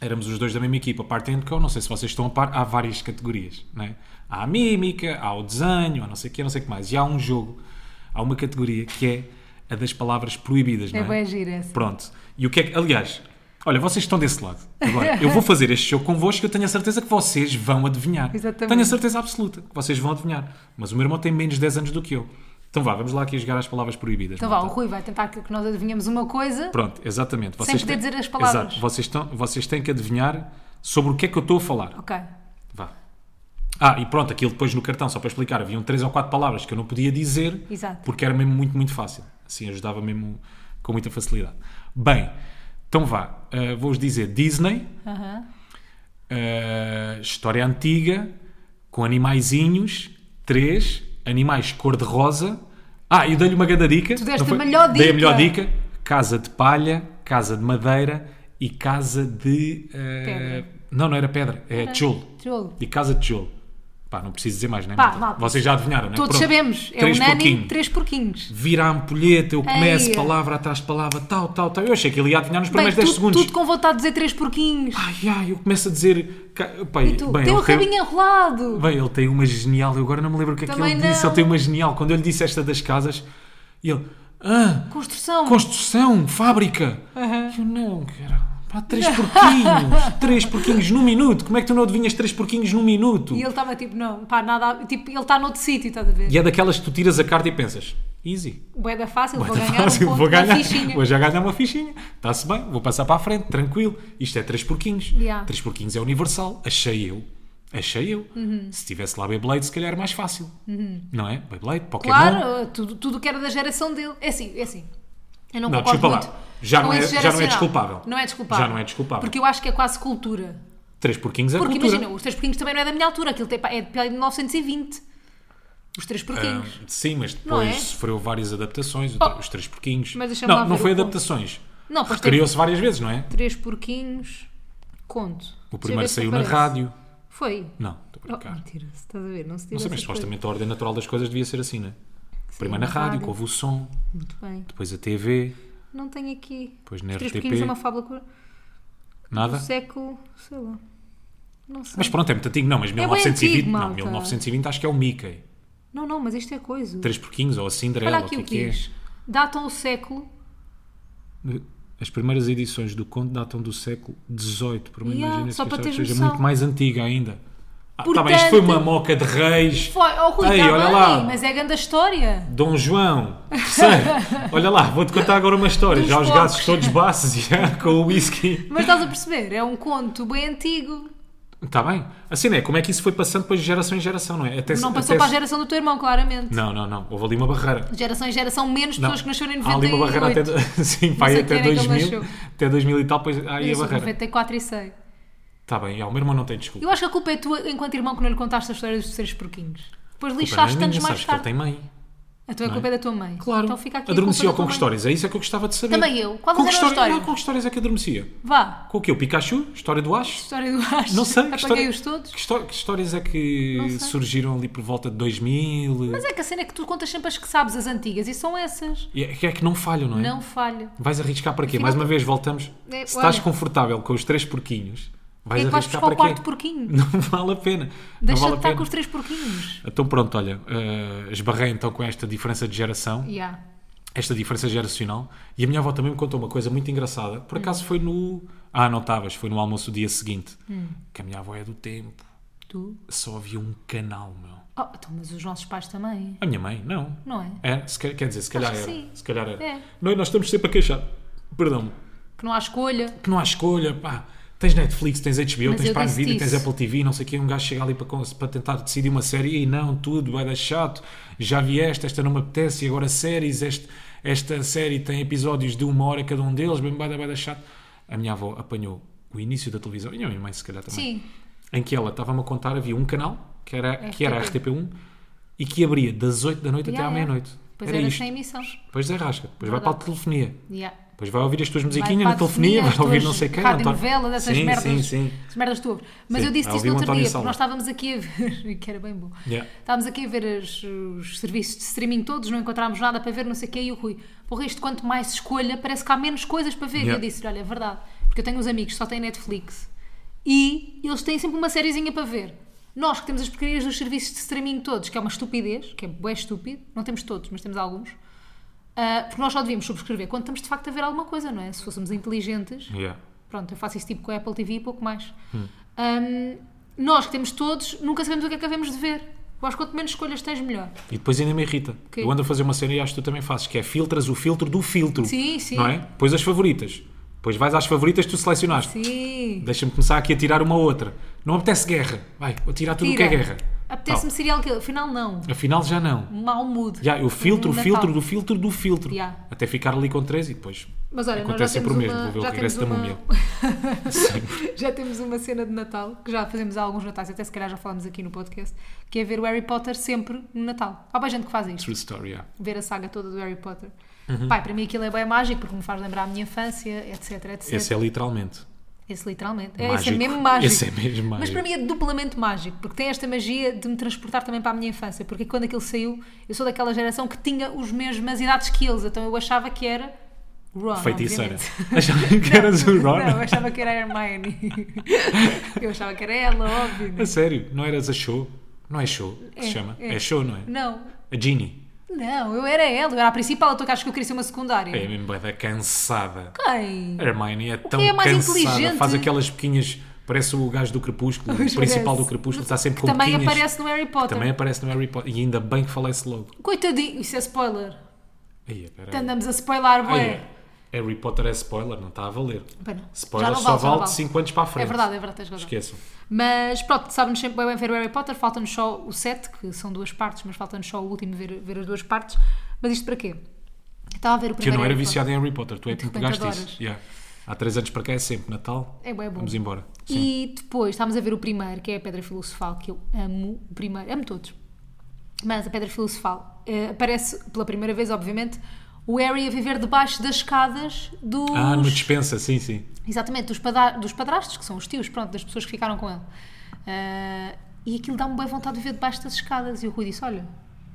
Speaker 2: Éramos os dois da mesma equipa, parte and co. Não sei se vocês estão a par, há várias categorias. Né? Há a mímica, há o desenho, há não sei o que, não sei o que mais. E há um jogo, há uma categoria que é a das palavras proibidas.
Speaker 1: É
Speaker 2: não
Speaker 1: bem gira essa.
Speaker 2: Pronto. E o que é que. Aliás, olha, vocês estão desse lado. Agora, eu vou fazer este show convosco que eu tenho a certeza que vocês vão adivinhar.
Speaker 1: Exatamente.
Speaker 2: Tenho a certeza absoluta que vocês vão adivinhar. Mas o meu irmão tem menos 10 anos do que eu. Então vá, vamos lá aqui jogar as palavras proibidas.
Speaker 1: Então vá, o
Speaker 2: malta.
Speaker 1: Rui vai tentar que que nós adivinhamos uma coisa.
Speaker 2: Pronto, exatamente. Vocês
Speaker 1: poder
Speaker 2: têm-
Speaker 1: dizer as palavras.
Speaker 2: Exato. Vocês, estão, vocês têm que adivinhar sobre o que é que eu estou a falar.
Speaker 1: Ok.
Speaker 2: Vá. Ah, e pronto, aquilo depois no cartão, só para explicar, haviam três ou quatro palavras que eu não podia dizer
Speaker 1: Exato.
Speaker 2: porque era mesmo muito, muito fácil. Assim ajudava mesmo com muita facilidade. Bem, então vá, ah, vou-vos dizer Disney,
Speaker 1: Aham.
Speaker 2: ah, história antiga, com animaizinhos, três, animais cor-de-rosa. Ah, eu dei-lhe uma grande dica.
Speaker 1: Tu deste
Speaker 2: não
Speaker 1: a
Speaker 2: foi?
Speaker 1: melhor
Speaker 2: Dei a
Speaker 1: dica.
Speaker 2: melhor dica. Casa de palha, casa de madeira e casa de... ah,
Speaker 1: Pedra.
Speaker 2: Não, não era pedra, é tijolo.
Speaker 1: Tijolo.
Speaker 2: E casa de tijolo. Pá, não preciso dizer mais, né?
Speaker 1: Pá,
Speaker 2: malta?
Speaker 1: malta.
Speaker 2: Vocês já adivinharam, né?
Speaker 1: Todos
Speaker 2: Pronto.
Speaker 1: sabemos, é
Speaker 2: Três
Speaker 1: unânime,
Speaker 2: porquinho.
Speaker 1: três porquinhos.
Speaker 2: Vira a ampulheta, eu começo,
Speaker 1: Ai.
Speaker 2: palavra atrás de palavra, tal, tal, tal. Eu achei que ele ia adivinhar nos primeiros
Speaker 1: Bem,
Speaker 2: 10
Speaker 1: tu-
Speaker 2: segundos.
Speaker 1: Tudo com vontade de dizer três porquinhos.
Speaker 2: Ai, ai, eu começo a dizer... ca- Pá, e-
Speaker 1: Tu,
Speaker 2: bem,
Speaker 1: tem o
Speaker 2: ele tem-
Speaker 1: rabinho enrolado.
Speaker 2: Bem, ele tem uma genial, eu agora não me lembro o que é que
Speaker 1: Também
Speaker 2: ele disse,
Speaker 1: não.
Speaker 2: ele tem uma genial. Quando eu lhe disse esta das casas, ele... Ah,
Speaker 1: Construção.
Speaker 2: construção, fábrica.
Speaker 1: Ah.
Speaker 2: Eu não, cara. Pá, três porquinhos. três porquinhos num minuto. Como é que tu não adivinhas três porquinhos num minuto?
Speaker 1: E ele estava tipo, não, pá, nada. a- Tipo, ele está noutro sítio, estás a ver?
Speaker 2: E é daquelas que tu tiras a carta e pensas, easy.
Speaker 1: Bué da fácil, vou
Speaker 2: tá
Speaker 1: ganhar
Speaker 2: fácil,
Speaker 1: um ponto
Speaker 2: vou
Speaker 1: na
Speaker 2: ganhar,
Speaker 1: fichinha.
Speaker 2: vou já ganhar uma fichinha. Está-se bem, vou passar para a frente, tranquilo. Isto é três porquinhos.
Speaker 1: Yeah.
Speaker 2: Três porquinhos é universal, achei eu. Achei eu.
Speaker 1: Uhum.
Speaker 2: Se tivesse lá Beyblade, se calhar era mais fácil. Não é? Beyblade, Pokémon.
Speaker 1: Claro, eh, tudo, tudo que era da geração dele. É assim, é assim. Eu não,
Speaker 2: Não,
Speaker 1: concordo
Speaker 2: desculpa
Speaker 1: muito.
Speaker 2: lá. Já não é-
Speaker 1: isso
Speaker 2: já não é
Speaker 1: geracional.
Speaker 2: desculpável.
Speaker 1: Não é desculpável.
Speaker 2: Já não é desculpável.
Speaker 1: Porque eu acho que é quase cultura.
Speaker 2: Três porquinhos é
Speaker 1: Porque
Speaker 2: cultura.
Speaker 1: imagina, os três porquinhos também não é da minha altura, aquilo tem, pá, é de pá, de 1920. Os três porquinhos.
Speaker 2: Ah, sim, mas
Speaker 1: Não
Speaker 2: depois
Speaker 1: é?
Speaker 2: sofreu várias adaptações,
Speaker 1: Oh.
Speaker 2: os três porquinhos.
Speaker 1: Mas deixa-me lá
Speaker 2: não, não
Speaker 1: ver
Speaker 2: foi
Speaker 1: o ponto.
Speaker 2: adaptações.
Speaker 1: Não, pois tem
Speaker 2: Recriou-se várias vezes, não é?
Speaker 1: três porquinhos. Conto.
Speaker 2: O
Speaker 1: Deixa eu ver
Speaker 2: primeiro
Speaker 1: se
Speaker 2: saiu na
Speaker 1: aparece.
Speaker 2: rádio.
Speaker 1: Foi.
Speaker 2: Não, estou a
Speaker 1: Oh,
Speaker 2: brincar.
Speaker 1: mentira, se estás a ver, não se tira
Speaker 2: não sei, mas
Speaker 1: essas coisas.
Speaker 2: supostamente a ordem natural das coisas devia ser assim, não é? Primeiro na
Speaker 1: na
Speaker 2: rádio,
Speaker 1: rádio.
Speaker 2: que houve o som,
Speaker 1: Muito bem.
Speaker 2: depois a TV,
Speaker 1: Não tenho aqui.
Speaker 2: Pois na
Speaker 1: Os três
Speaker 2: RTP.
Speaker 1: porquinhos é uma fábula cor- do
Speaker 2: nada.
Speaker 1: século, sei lá. Não sei.
Speaker 2: Ah. Mas pronto, é muito antigo, não, mas
Speaker 1: bem
Speaker 2: 1920,
Speaker 1: antigo,
Speaker 2: não,
Speaker 1: malta.
Speaker 2: 1920 acho que é o Mickey.
Speaker 1: Não, não, mas isto é coisa.
Speaker 2: Três porquinhos ou a
Speaker 1: Olha
Speaker 2: Cinderela, o
Speaker 1: aqui
Speaker 2: que é
Speaker 1: o
Speaker 2: que é?
Speaker 1: quiz. Datam o século.
Speaker 2: As primeiras edições do conto datam do século XVIII, por uma
Speaker 1: Yeah,
Speaker 2: imagina
Speaker 1: só para
Speaker 2: que esta
Speaker 1: teres
Speaker 2: seja
Speaker 1: noção.
Speaker 2: muito mais antiga ainda. Ah, tá bem, isto foi
Speaker 1: Portanto-
Speaker 2: uma moca de reis.
Speaker 1: Foi, oh Rui,
Speaker 2: Ei,
Speaker 1: tá
Speaker 2: olha
Speaker 1: bem,
Speaker 2: lá.
Speaker 1: mas é grande a história.
Speaker 2: Dom João, terceiro. olha lá, vou-te contar agora uma história.
Speaker 1: Dos
Speaker 2: Já os
Speaker 1: porcos.
Speaker 2: gases todos baços já, com o whisky.
Speaker 1: Mas estás a perceber, é um conto bem antigo.
Speaker 2: Está bem. Assim, né? Como é que isso foi passando depois de geração em geração, não é? Até,
Speaker 1: Não
Speaker 2: até
Speaker 1: passou para a geração do teu irmão, claramente.
Speaker 2: Não, não, não. Houve ali uma barreira.
Speaker 1: Geração em geração, menos pessoas que nasceram em 98.
Speaker 2: Há ali uma barreira até, do- sim, pá,
Speaker 1: sei
Speaker 2: até
Speaker 1: quem é que ele
Speaker 2: 2000,
Speaker 1: nasceu.
Speaker 2: até 2000 e tal, pois há aí
Speaker 1: Eu
Speaker 2: a
Speaker 1: sou de
Speaker 2: barreira.
Speaker 1: 94 e sei.
Speaker 2: Está bem, já, o meu irmão não tem desculpa.
Speaker 1: Eu acho que a culpa é tua enquanto irmão que não lhe contaste a história dos três porquinhos. Depois
Speaker 2: A culpa não é
Speaker 1: lixaste
Speaker 2: minha,
Speaker 1: anos mais
Speaker 2: sabes que ele
Speaker 1: tarde.
Speaker 2: tem mãe.
Speaker 1: A tua culpa é da tua mãe.
Speaker 2: Claro.
Speaker 1: Então fica aqui a
Speaker 2: adormecia
Speaker 1: culpa
Speaker 2: ou
Speaker 1: da
Speaker 2: com
Speaker 1: tua
Speaker 2: que
Speaker 1: mãe.
Speaker 2: histórias? É isso é que eu gostava de saber.
Speaker 1: Também eu. Qual
Speaker 2: com
Speaker 1: era
Speaker 2: que
Speaker 1: a história?
Speaker 2: Ah, com que histórias é que adormecia?
Speaker 1: Vá.
Speaker 2: Com o quê? O Pikachu? História do Ash?
Speaker 1: História do Acho.
Speaker 2: Não sei. que
Speaker 1: Apaguei-os
Speaker 2: história-
Speaker 1: todos.
Speaker 2: Que, histó- que histórias é que
Speaker 1: sei.
Speaker 2: surgiram ali por volta de 2000?
Speaker 1: Mas é que a cena é que tu contas sempre as que sabes, as antigas, e são essas.
Speaker 2: E é... que é que não falham, não é?
Speaker 1: Não falha.
Speaker 2: Vais arriscar para quê?
Speaker 1: Afinal,
Speaker 2: Mais uma vez, voltamos.
Speaker 1: É,
Speaker 2: Se estás
Speaker 1: olha.
Speaker 2: confortável com os três porquinhos,
Speaker 1: Porquê é que vais
Speaker 2: arriscar
Speaker 1: buscar o
Speaker 2: para
Speaker 1: quarto porquinho?
Speaker 2: Não vale a pena.
Speaker 1: Deixa
Speaker 2: não
Speaker 1: de
Speaker 2: vale a
Speaker 1: estar
Speaker 2: pena.
Speaker 1: com os três porquinhos.
Speaker 2: Então pronto, olha, eh, esbarrei então com esta diferença de geração,
Speaker 1: Yeah.
Speaker 2: esta diferença geracional, e a minha avó também me contou uma coisa muito engraçada. Por
Speaker 1: Hum.
Speaker 2: acaso foi no. Ah, não estavas, foi no almoço do dia seguinte.
Speaker 1: Hum.
Speaker 2: Que a minha avó é do tempo.
Speaker 1: Tu?
Speaker 2: Só havia um canal, meu.
Speaker 1: Oh, então, mas os nossos pais também,
Speaker 2: A minha mãe, não.
Speaker 1: não é?
Speaker 2: É, se quer, quer dizer, se calhar
Speaker 1: que
Speaker 2: era.
Speaker 1: sim.
Speaker 2: Se calhar era.
Speaker 1: É.
Speaker 2: Não, e nós estamos sempre a queixar. Perdão.
Speaker 1: Que não há escolha.
Speaker 2: Que não é? há escolha, pá. Tens Netflix, tens HBO,
Speaker 1: Mas
Speaker 2: tens
Speaker 1: eu
Speaker 2: Prime
Speaker 1: disse-te
Speaker 2: Video, tens
Speaker 1: isso.
Speaker 2: Apple TV, não sei o quê. Um gajo chega ali para, con- para tentar decidir uma série e não, tudo, vai dar chato. Já vi esta, esta não me apetece. E agora séries, este, esta série tem episódios de uma hora cada um deles, bem, vai dar, vai dar chato. A minha avó apanhou o início da televisão, e a minha mãe se calhar também,
Speaker 1: Sim.
Speaker 2: em que ela estava-me a contar, havia um canal, que era, que era
Speaker 1: RTP.
Speaker 2: RTP1, e que abria das 8 da noite até
Speaker 1: Yeah,
Speaker 2: à
Speaker 1: yeah.
Speaker 2: meia-noite.
Speaker 1: Pois era,
Speaker 2: isto.
Speaker 1: sem emissão.
Speaker 2: Depois desarrasca, depois vai
Speaker 1: Verdade.
Speaker 2: para a telefonia.
Speaker 1: Yeah.
Speaker 2: Depois vai ouvir as tuas
Speaker 1: Vai
Speaker 2: musiquinhas
Speaker 1: para
Speaker 2: na
Speaker 1: a
Speaker 2: telefonia,
Speaker 1: telefonia,
Speaker 2: vai ouvir
Speaker 1: as
Speaker 2: não
Speaker 1: tuas
Speaker 2: sei quem.
Speaker 1: rádio
Speaker 2: António-
Speaker 1: novelas, essas
Speaker 2: sim,
Speaker 1: merdas.
Speaker 2: Sim, sim.
Speaker 1: As merdas tu ouves. Mas
Speaker 2: Sim,
Speaker 1: eu disse
Speaker 2: a
Speaker 1: isso
Speaker 2: ouvir
Speaker 1: no
Speaker 2: o
Speaker 1: outro
Speaker 2: António
Speaker 1: dia,
Speaker 2: Salva.
Speaker 1: porque nós estávamos aqui a ver, que era bem bom.
Speaker 2: Yeah.
Speaker 1: Estávamos aqui a ver as- os serviços de streaming todos, não encontramos nada para ver, não sei o quê, e o Rui, porra, isto quanto mais escolha, parece que há menos coisas para ver. E eu
Speaker 2: Yeah.
Speaker 1: disse olha, é verdade, porque eu tenho uns amigos que só têm Netflix e eles têm sempre uma sériezinha para ver. Nós que temos as porcarias dos serviços de streaming todos, que é uma estupidez, que é bué estúpido, não temos todos, mas temos alguns, ah, porque nós só devíamos subscrever quando estamos de facto a ver alguma coisa, não é? Se fôssemos inteligentes,
Speaker 2: Yeah.
Speaker 1: Pronto, eu faço esse tipo com a Apple TV e pouco mais. Hum, nós que temos todos, nunca sabemos o que é que havemos de ver. Eu acho que quanto menos escolhas tens, melhor.
Speaker 2: E depois ainda me irrita.
Speaker 1: Quê?
Speaker 2: Eu ando a fazer uma cena e acho que tu também fazes, que é filtras o filtro do filtro.
Speaker 1: Sim, sim.
Speaker 2: Não é? Depois as favoritas. Depois vais às favoritas que tu selecionaste.
Speaker 1: Sim.
Speaker 2: Deixa-me começar aqui a tirar uma outra. Não apetece guerra. Vai, vou tirar tudo o que é
Speaker 1: Tira.
Speaker 2: guerra.
Speaker 1: Apetece-me serial killer. Afinal, não.
Speaker 2: Tal. Afinal já não.
Speaker 1: Mal mudo.
Speaker 2: Já, eu filtro o
Speaker 1: Hum, Natal.
Speaker 2: filtro do filtro do filtro.
Speaker 1: Yeah.
Speaker 2: Até ficar ali com três e depois.
Speaker 1: Mas olha, nós já
Speaker 2: Acontece sempre o
Speaker 1: temos
Speaker 2: mesmo.
Speaker 1: uma...
Speaker 2: Vou ver
Speaker 1: já
Speaker 2: o regresso da
Speaker 1: temos
Speaker 2: múmia.
Speaker 1: uma-
Speaker 2: Sempre.
Speaker 1: já temos uma cena de Natal, que já fazemos há alguns Natais, até se calhar já falámos aqui no podcast, que é ver o Harry Potter sempre no Natal. Há bem gente que faz isto.
Speaker 2: True story, yeah.
Speaker 1: ver a saga toda do Harry Potter.
Speaker 2: Uhum.
Speaker 1: Pai, para mim aquilo é bem mágico porque me faz lembrar a minha infância, etc, etc.
Speaker 2: Esse é literalmente.
Speaker 1: Esse literalmente. É,
Speaker 2: Mágico.
Speaker 1: esse é mesmo mágico.
Speaker 2: Esse é mesmo mágico.
Speaker 1: Mas para mim é duplamente mágico, porque tem esta magia de me transportar também para a minha infância. Porque quando aquilo saiu, eu sou daquela geração que tinha os mesmas idades que eles, então eu achava que era Ron.
Speaker 2: Feiticeira.
Speaker 1: obviamente.
Speaker 2: Achava que eras o
Speaker 1: Não,
Speaker 2: Ron.
Speaker 1: é eu achava que era a Hermione. eu achava que era ela, óbvio.
Speaker 2: A sério, não eras a show? Não é show que
Speaker 1: É,
Speaker 2: se chama?
Speaker 1: é.
Speaker 2: É. show, não é?
Speaker 1: Não,
Speaker 2: A Ginny.
Speaker 1: não, eu era ela, eu era a principal, então que acho que eu queria ser uma secundária.
Speaker 2: É mesmo bué da cansada.
Speaker 1: Quem?
Speaker 2: A Hermione é tão
Speaker 1: é mais
Speaker 2: cansada.
Speaker 1: inteligente?
Speaker 2: Faz aquelas pequinhas... Parece o gajo do Crepúsculo,
Speaker 1: Pois
Speaker 2: o principal
Speaker 1: parece.
Speaker 2: do Crepúsculo, está sempre com
Speaker 1: Também
Speaker 2: boquinhas.
Speaker 1: aparece no Harry Potter.
Speaker 2: Também é- aparece no Harry Potter. E ainda bem que falece logo.
Speaker 1: Coitadinho, isso é spoiler.
Speaker 2: Aí, peraí.
Speaker 1: Andamos a spoiler,
Speaker 2: Aí,
Speaker 1: bué.
Speaker 2: é. Harry Potter é spoiler, não está a valer.
Speaker 1: Bem, não. Já
Speaker 2: Spoiler
Speaker 1: não
Speaker 2: só
Speaker 1: vale, já não
Speaker 2: vale de
Speaker 1: vale.
Speaker 2: 5 anos para a
Speaker 1: É
Speaker 2: frente.
Speaker 1: verdade, é verdade, tens razão.
Speaker 2: Esqueçam.
Speaker 1: Mas pronto, sabe-nos sempre bem, bem ver o Harry Potter, falta-nos só o 7, que são duas partes, mas falta-nos só o último ver, ver as duas partes. Mas isto para quê? Eu Estava a ver o
Speaker 2: Que eu
Speaker 1: primeiro.
Speaker 2: não era
Speaker 1: Harry
Speaker 2: viciado em Harry Potter, tu é que me
Speaker 1: repente
Speaker 2: pegaste
Speaker 1: adoras.
Speaker 2: isso. Yeah. Há 3 anos para cá é sempre Natal.
Speaker 1: É bué bom.
Speaker 2: Vamos embora. Sim.
Speaker 1: E depois estávamos a ver o primeiro, que é a Pedra Filosofal, que eu amo o primeiro, amo todos. Mas a Pedra Filosofal eh, aparece pela primeira vez, obviamente, o Harry a viver debaixo das escadas dos.
Speaker 2: Ah, numa dispensa, sim, sim.
Speaker 1: Exatamente, dos, pada- dos padrastos, que são os tios, pronto, das pessoas que ficaram com ele. Ah, e aquilo dá-me bem vontade de ver debaixo das escadas. E o Rui disse: Olha,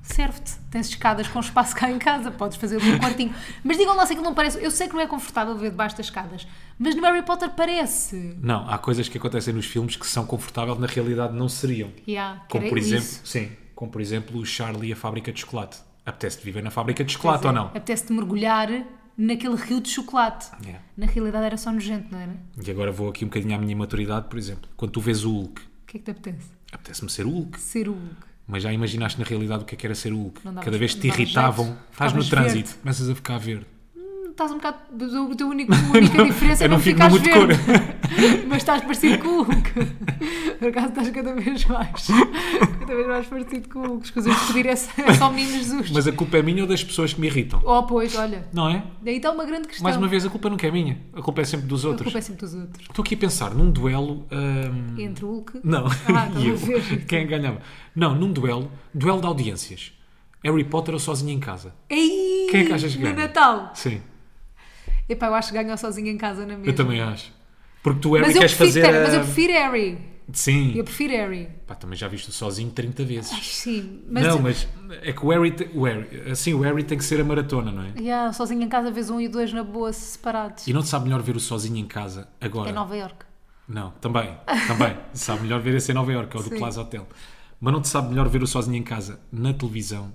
Speaker 1: serve-te, tens escadas com espaço cá em casa, podes fazer ali um quartinho. mas digam lá se aquilo não parece. Eu sei que não é confortável ver debaixo das escadas, mas no Harry Potter parece.
Speaker 2: Não, há coisas que acontecem nos filmes que são confortáveis, na realidade não seriam.
Speaker 1: Yeah, que
Speaker 2: Como
Speaker 1: era
Speaker 2: por exemplo,
Speaker 1: isso.
Speaker 2: sim, como por exemplo o Charlie e a fábrica de chocolate. Apetece-te viver na fábrica de chocolate
Speaker 1: é.
Speaker 2: ou não?
Speaker 1: Apetece-te mergulhar naquele rio de chocolate.
Speaker 2: Yeah.
Speaker 1: Na realidade era só nojento, não era? O
Speaker 2: É. E agora vou aqui um bocadinho à minha imaturidade, por exemplo. Quando tu vês o Hulk,
Speaker 1: que é que te apetece?
Speaker 2: apetece-me ser o Hulk,
Speaker 1: Ser o Hulk.
Speaker 2: mas já imaginaste na realidade o que é que era ser o Hulk.
Speaker 1: Não dava-
Speaker 2: Cada vez que te
Speaker 1: não dava
Speaker 2: irritavam,
Speaker 1: jeito.
Speaker 2: estás no
Speaker 1: Ficavas
Speaker 2: trânsito, começas a ficar verde.
Speaker 1: Estás um bocado. A tua única, a única diferença é
Speaker 2: eu não
Speaker 1: não
Speaker 2: fico
Speaker 1: ficares
Speaker 2: muito
Speaker 1: verde. Mas estás parecido com o Hulk. Por acaso estás cada vez mais. Cada vez mais parecido com o Hulk. Escusas de pedir essa- é só o menino Jesus.
Speaker 2: Mas a culpa é minha ou das pessoas que me irritam?
Speaker 1: Oh, pois, olha.
Speaker 2: Não é?
Speaker 1: Daí está uma grande questão.
Speaker 2: Mais uma vez, a culpa nunca é minha. A culpa é sempre dos
Speaker 1: A
Speaker 2: outros.
Speaker 1: culpa é sempre dos outros.
Speaker 2: Estou aqui a pensar num duelo. hum,
Speaker 1: Entre o Hulk.
Speaker 2: Não,
Speaker 1: Ah, estava
Speaker 2: e
Speaker 1: a ver.
Speaker 2: eu. Quem ganhava? Não, num duelo, duelo de audiências. Harry Potter ou sozinho em casa?
Speaker 1: Ei,
Speaker 2: Quem é que achas que
Speaker 1: No
Speaker 2: ganha?
Speaker 1: Natal.
Speaker 2: Sim,
Speaker 1: Epá, eu acho que ganhou sozinho em casa na mesma.
Speaker 2: eu também acho. Porque tu, Harry,
Speaker 1: Mas eu,
Speaker 2: queres
Speaker 1: prefiro,
Speaker 2: fazer.
Speaker 1: espera,
Speaker 2: a-
Speaker 1: mas eu prefiro Harry.
Speaker 2: Sim,
Speaker 1: Eu prefiro Harry.
Speaker 2: Pá, também já viste sozinho 30 vezes.
Speaker 1: Ai, sim. Mas,
Speaker 2: não, mas é que o Harry, te- o Harry- assim, o Harry tem que ser a maratona, não é?
Speaker 1: Yeah, sozinho em casa, vês um e dois na boa, separados.
Speaker 2: E não te sabe melhor ver o sozinho em casa agora.
Speaker 1: É Nova Iorque.
Speaker 2: Não, também, também. sabe melhor ver esse em Nova Iorque ou do
Speaker 1: Sim.
Speaker 2: Plaza Hotel. Mas não te sabe melhor ver o sozinho em casa na televisão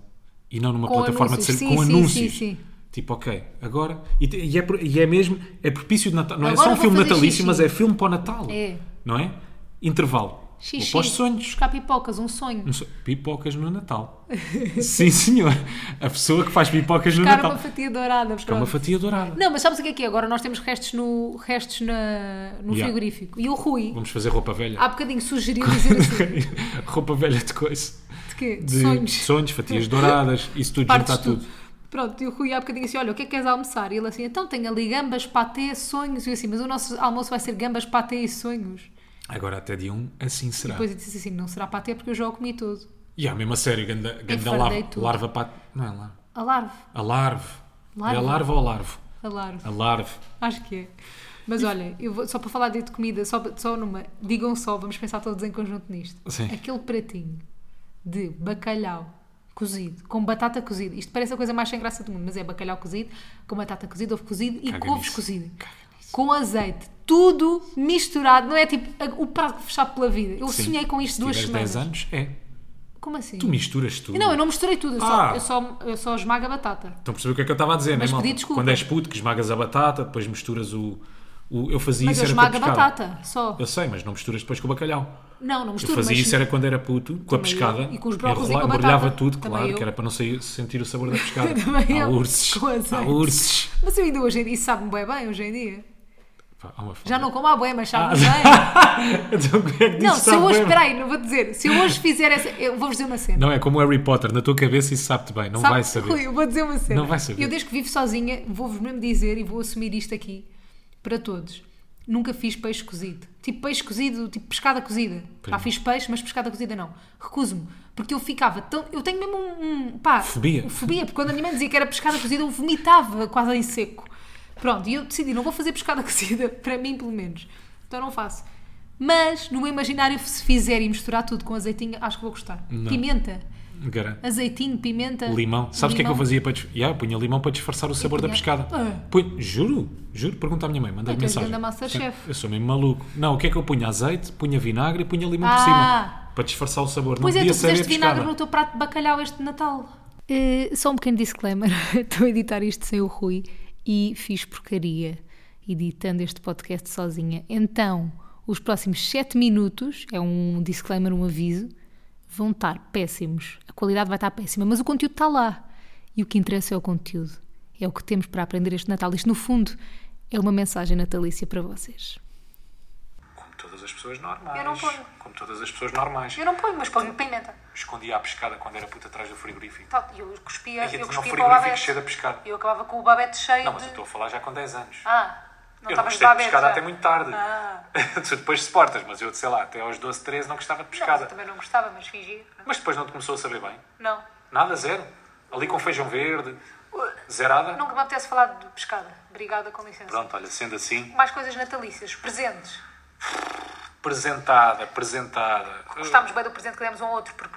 Speaker 2: e não numa
Speaker 1: Com
Speaker 2: plataforma
Speaker 1: anúncios.
Speaker 2: de ser
Speaker 1: Sim,
Speaker 2: com
Speaker 1: sim,
Speaker 2: anúncios.
Speaker 1: sim, sim.
Speaker 2: Tipo, ok, agora. E, te- e é, pro- e é mesmo. É propício de Natal. Não
Speaker 1: Agora
Speaker 2: é só um
Speaker 1: vou
Speaker 2: filme
Speaker 1: fazer
Speaker 2: natalício,
Speaker 1: xixi.
Speaker 2: mas é filme para o Natal.
Speaker 1: É.
Speaker 2: Não é? Intervalo. Vou
Speaker 1: Xixi.
Speaker 2: para os sonhos.
Speaker 1: Buscar pipocas, um sonho.
Speaker 2: Não sei, Pipocas no Natal. Sim, senhor. A pessoa que faz pipocas no
Speaker 1: Buscar
Speaker 2: Natal.
Speaker 1: uma fatia dourada.
Speaker 2: É uma
Speaker 1: pronto.
Speaker 2: fatia dourada.
Speaker 1: Não, mas sabes o que é que é? Agora nós temos restos no, restos na- no
Speaker 2: Yeah.
Speaker 1: frigorífico. E o Rui,
Speaker 2: Vamos fazer roupa velha.
Speaker 1: há bocadinho, sugeriu dizer assim:
Speaker 2: roupa velha de coisa.
Speaker 1: de quê?
Speaker 2: De
Speaker 1: sonhos.
Speaker 2: fatias douradas, isso tudo
Speaker 1: Partes
Speaker 2: juntar tudo.
Speaker 1: Pronto, e o Rui há bocadinho disse: Olha, o que é que queres almoçar? E ele assim: Então tenho ali gambas, patê, sonhos. E eu assim: Mas o nosso almoço vai ser gambas, patê e sonhos.
Speaker 2: Agora até de um, assim será.
Speaker 1: Depois eu disse assim: Não será patê porque eu já o comi todo.
Speaker 2: E há mesmo a sério, ganda, ganda
Speaker 1: fardei
Speaker 2: larva,
Speaker 1: tudo.
Speaker 2: larva pat... Não é larva.
Speaker 1: Alarve,
Speaker 2: A larva.
Speaker 1: Larva?
Speaker 2: É a larva ou a larvo?
Speaker 1: alarve.
Speaker 2: A larva.
Speaker 1: Acho que é. Mas olha, eu vou- só para falar de de comida, só, só numa, digam só, vamos pensar todos em conjunto nisto.
Speaker 2: Sim.
Speaker 1: Aquele pratinho de bacalhau cozido, com batata cozida. Isto parece a coisa mais sem graça do mundo, mas é bacalhau cozido, com batata cozida, ovo cozido e
Speaker 2: Caga
Speaker 1: couves
Speaker 2: nisso.
Speaker 1: cozidas. Com azeite, tudo misturado, não é tipo a- o prato fechado pela vida. Eu
Speaker 2: Sim.
Speaker 1: sonhei com isto
Speaker 2: Se
Speaker 1: duas
Speaker 2: tiveres
Speaker 1: semanas.
Speaker 2: 10 anos, é.
Speaker 1: Como assim?
Speaker 2: Tu misturas tudo.
Speaker 1: Não, eu não misturei tudo, eu,
Speaker 2: Ah.
Speaker 1: só, eu, só, eu só esmago a batata.
Speaker 2: Estão a perceber o que é que eu estava a dizer,
Speaker 1: Mas
Speaker 2: não é,
Speaker 1: pedi
Speaker 2: malta?
Speaker 1: desculpa.
Speaker 2: Quando és puto, que esmagas a batata, depois misturas o... o- eu fazia
Speaker 1: Mas eu
Speaker 2: isso, era com a
Speaker 1: esmago a
Speaker 2: pescada.
Speaker 1: batata, só.
Speaker 2: Eu sei, mas não misturas depois com o bacalhau.
Speaker 1: Não, não
Speaker 2: Eu
Speaker 1: misturo,
Speaker 2: fazia
Speaker 1: mas
Speaker 2: isso era quando era puto, com a
Speaker 1: Também eu.
Speaker 2: pescada.
Speaker 1: E com os brócolis e
Speaker 2: enrola-
Speaker 1: com a batata.
Speaker 2: embrulhava tudo,
Speaker 1: Também
Speaker 2: claro,
Speaker 1: eu.
Speaker 2: que era para não sair- sentir o sabor da pescada.
Speaker 1: Também
Speaker 2: há
Speaker 1: eu.
Speaker 2: ursos.
Speaker 1: Com azeite.
Speaker 2: Há ursos.
Speaker 1: Mas eu ainda hoje em dia, isso sabe-me bem bem hoje em dia.
Speaker 2: Pá, há uma
Speaker 1: Já
Speaker 2: fome.
Speaker 1: não como à bué, mas sabe-me bem.
Speaker 2: então, como é que
Speaker 1: Não,
Speaker 2: Ah, isso
Speaker 1: se eu
Speaker 2: sabe
Speaker 1: hoje,
Speaker 2: bem?
Speaker 1: espera aí, não vou dizer. Se eu hoje fizer essa, eu vou-vos dizer uma cena.
Speaker 2: Não é como o Harry Potter, na tua cabeça isso sabe-te bem, não
Speaker 1: Sabe-
Speaker 2: vai saber.
Speaker 1: Rui, eu vou dizer uma cena.
Speaker 2: Não vai saber.
Speaker 1: Eu desde que vivo sozinha, vou-vos mesmo dizer e vou assumir isto aqui para todos. Nunca fiz peixe cozido. Tipo peixe cozido, tipo pescada cozida.
Speaker 2: Pois
Speaker 1: Pá,
Speaker 2: não.
Speaker 1: fiz peixe, mas pescada cozida não. Recuso-me. Porque eu ficava tão. Eu tenho mesmo um. um pá,
Speaker 2: Fobia.
Speaker 1: Fobia, porque quando a minha mãe dizia que era pescada cozida, eu vomitava quase em seco. Pronto, e eu decidi, não vou fazer pescada cozida, para mim pelo menos. Então não faço. Mas no meu imaginário, se fizer e misturar tudo com azeitinho, acho que vou gostar. Pimenta.
Speaker 2: Garanto.
Speaker 1: Azeitinho, pimenta.
Speaker 2: Limão. Sabes o que é que eu
Speaker 1: limão.
Speaker 2: fazia para disfarçar? Yeah, eu punha limão para disfarçar o sabor da
Speaker 1: punha-
Speaker 2: pescada.
Speaker 1: Ah.
Speaker 2: Punha- Juro, juro. Pergunta à minha mãe, manda-lhe
Speaker 1: Tu és
Speaker 2: mensagem.
Speaker 1: grande Masterchef.
Speaker 2: Eu sou mesmo maluco. Não, o que é que eu punha? Azeite, punha vinagre e punha limão
Speaker 1: Ah.
Speaker 2: por cima. Para disfarçar o sabor.
Speaker 1: Pois
Speaker 2: não
Speaker 1: é,
Speaker 2: podia
Speaker 1: tu
Speaker 2: saber
Speaker 1: puseste vinagre
Speaker 2: pescada.
Speaker 1: no teu prato de bacalhau este Natal. só um pequeno disclaimer. Estou a editar isto sem o Rui e fiz porcaria editando este podcast sozinha. Então, os próximos 7 minutos, é um disclaimer, um aviso, vão estar péssimos. A qualidade vai estar péssima, mas o conteúdo está lá. E o que interessa é o conteúdo. É o que temos para aprender este Natal. Isto, no fundo, é uma mensagem natalícia para vocês.
Speaker 2: Como todas as pessoas normais.
Speaker 1: Eu não ponho.
Speaker 2: Como todas as pessoas normais.
Speaker 1: não ponho, mas ponho pimenta.
Speaker 2: Escondia a pescada quando era puta atrás do frigorífico.
Speaker 1: Tá, Eu cuspia,
Speaker 2: E
Speaker 1: eu
Speaker 2: tinha um
Speaker 1: cuspia para o babete.
Speaker 2: frigorífico cheio de pescada.
Speaker 1: Eu acabava com o babete cheio
Speaker 2: Não, mas
Speaker 1: de...
Speaker 2: eu estou a falar já com 10 anos.
Speaker 1: Ah, não
Speaker 2: eu não
Speaker 1: estavas de
Speaker 2: gostei de
Speaker 1: babete
Speaker 2: pescada
Speaker 1: já.
Speaker 2: até muito tarde.
Speaker 1: Ah.
Speaker 2: tu depois suportas, mas eu, sei lá, até aos 12, 13 não gostava
Speaker 1: Não,
Speaker 2: de
Speaker 1: mas Ah, eu
Speaker 2: pescada.
Speaker 1: também não gostava, mas fingia.
Speaker 2: Mas depois não te começou a saber bem.
Speaker 1: Não,
Speaker 2: Nada, zero. Ali com feijão verde, zerada.
Speaker 1: nunca me apetece falar de pescada. Obrigada, com licença.
Speaker 2: Pronto, olha, sendo assim,
Speaker 1: Mais coisas natalícias, presentes.
Speaker 2: presentada, presentada.
Speaker 1: Gostámos bem do presente que demos um ao outro, porque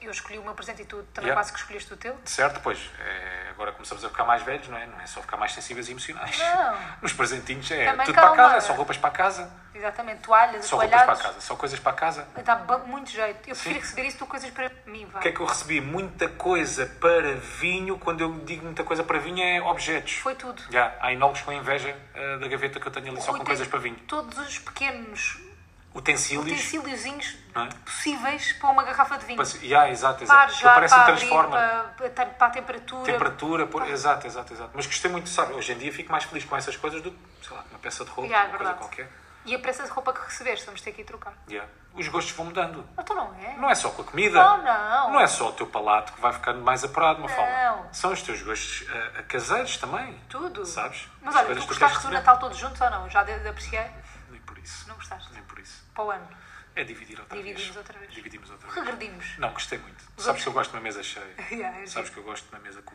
Speaker 1: eu escolhi o meu presente e tu também
Speaker 2: Yeah.
Speaker 1: quase que escolheste o teu.
Speaker 2: Certo, pois. é, agora começamos a ficar mais velhos, não é? Não é só ficar mais sensíveis e emocionais.
Speaker 1: Não.
Speaker 2: Nos presentinhos é
Speaker 1: Também
Speaker 2: tudo
Speaker 1: calma.
Speaker 2: para casa, é só roupas para casa.
Speaker 1: Exatamente, toalhas,
Speaker 2: Só roupas
Speaker 1: toalhados.
Speaker 2: para casa, só coisas para casa.
Speaker 1: Dá ba- muito jeito. Eu prefiro
Speaker 2: Sim.
Speaker 1: receber isso do que coisas para mim, vá.
Speaker 2: O que é que eu recebi? Muita coisa para vinho. Quando eu digo muita coisa para vinho, é objetos.
Speaker 1: Foi tudo.
Speaker 2: Já, há enólogos com inveja ah, da gaveta que eu tenho ali só
Speaker 1: Rui
Speaker 2: com
Speaker 1: tem
Speaker 2: coisas para vinho.
Speaker 1: Todos os pequenos
Speaker 2: Utensílios.
Speaker 1: utensíliozinhos
Speaker 2: Não é?
Speaker 1: possíveis para uma garrafa de vinho.
Speaker 2: Para- Já,
Speaker 1: Para
Speaker 2: exato, exato. Que
Speaker 1: já,
Speaker 2: parece
Speaker 1: para
Speaker 2: um
Speaker 1: abrir,
Speaker 2: transforma.
Speaker 1: para, para- para a temperatura.
Speaker 2: Temperatura, pô- exato, exato, exato. Mas gostei muito, sabe? Hoje em dia fico mais feliz com essas coisas do que, sei lá, uma peça de roupa,
Speaker 1: Yeah, é
Speaker 2: uma coisa
Speaker 1: verdade.
Speaker 2: qualquer.
Speaker 1: E a peça de roupa que recebeste, vamos ter que ir trocar. Ah,
Speaker 2: Yeah. Os gostos vão mudando.
Speaker 1: Então não é?
Speaker 2: Não é só com a comida.
Speaker 1: Não, não.
Speaker 2: Não é só o teu palato que vai ficando mais apurado, uma
Speaker 1: Não.
Speaker 2: forma. São os teus gostos ah, caseiros também.
Speaker 1: Tudo.
Speaker 2: Sabes?
Speaker 1: Mas
Speaker 2: As
Speaker 1: olha,
Speaker 2: coisas
Speaker 1: tu
Speaker 2: que queres
Speaker 1: gostaste do
Speaker 2: receber.
Speaker 1: Natal todos juntos ou não? Já de, de apreciei?
Speaker 2: Nem por isso.
Speaker 1: Não gostaste?
Speaker 2: Nem por isso.
Speaker 1: Para o ano.
Speaker 2: É dividir outra
Speaker 1: Dividimos
Speaker 2: vez.
Speaker 1: outra vez.
Speaker 2: Dividimos outra vez.
Speaker 1: Regredimos.
Speaker 2: Não, gostei muito.
Speaker 1: outros-
Speaker 2: Sabes que eu gosto de uma mesa cheia.
Speaker 1: Yeah, é
Speaker 2: Sabes
Speaker 1: giro.
Speaker 2: que eu gosto de uma mesa com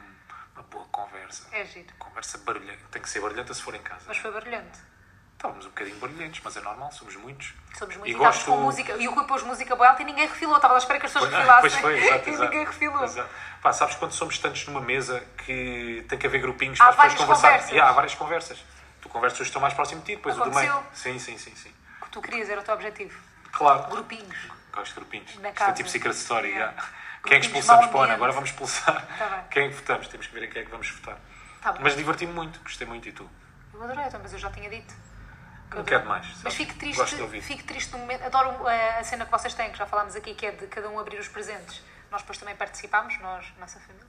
Speaker 2: uma boa conversa.
Speaker 1: É giro.
Speaker 2: Conversa barulhenta. Tem que ser barulhenta se for em casa.
Speaker 1: Mas foi barulhante.
Speaker 2: Estávamos um bocadinho barulhentos, mas é normal, somos muitos.
Speaker 1: Somos muito e estávamos com música. E o Rui pôs música boa alta e ninguém refilou. Estava à espera que as pessoas
Speaker 2: Pois, ah,
Speaker 1: refilassem.
Speaker 2: pois foi, exato,
Speaker 1: e
Speaker 2: exato.
Speaker 1: ninguém refilou.
Speaker 2: Exato. Pá, sabes quando somos tantos numa mesa que tem que haver grupinhos
Speaker 1: Há
Speaker 2: para as
Speaker 1: várias
Speaker 2: pessoas conversarem?
Speaker 1: conversas.
Speaker 2: E há várias conversas. Tu conversas com os que estão mais próximo de ti, depois o do meio.
Speaker 1: Aconteceu.
Speaker 2: Sim, sim, sim, sim.
Speaker 4: que tu querias, era o teu objetivo.
Speaker 2: Claro.
Speaker 4: Grupinhos.
Speaker 2: Com os grupinhos. Isto
Speaker 4: Na
Speaker 2: é
Speaker 4: casa.
Speaker 2: tipo Secret Story.
Speaker 4: Yeah.
Speaker 2: yeah. Quem é que
Speaker 4: Grupinhos
Speaker 2: expulsamos
Speaker 4: mal
Speaker 2: para o ano?
Speaker 4: ambiente.
Speaker 2: Agora vamos expulsar.
Speaker 4: Tá bem.
Speaker 2: Quem é que votamos? Temos que ver em quem é que vamos votar.
Speaker 4: Tá bom.
Speaker 2: Mas diverti-me muito, gostei muito. E tu?
Speaker 4: Eu adorei, então, mas eu já tinha dito.
Speaker 2: Não quero mais.
Speaker 4: Mas
Speaker 2: sabes?
Speaker 4: fico triste,
Speaker 2: Gosto de ouvir.
Speaker 4: fico triste no momento. Adoro eh, a cena que vocês têm, que já falámos aqui, que é de cada um abrir os presentes. Nós depois também participámos, nós, nossa família,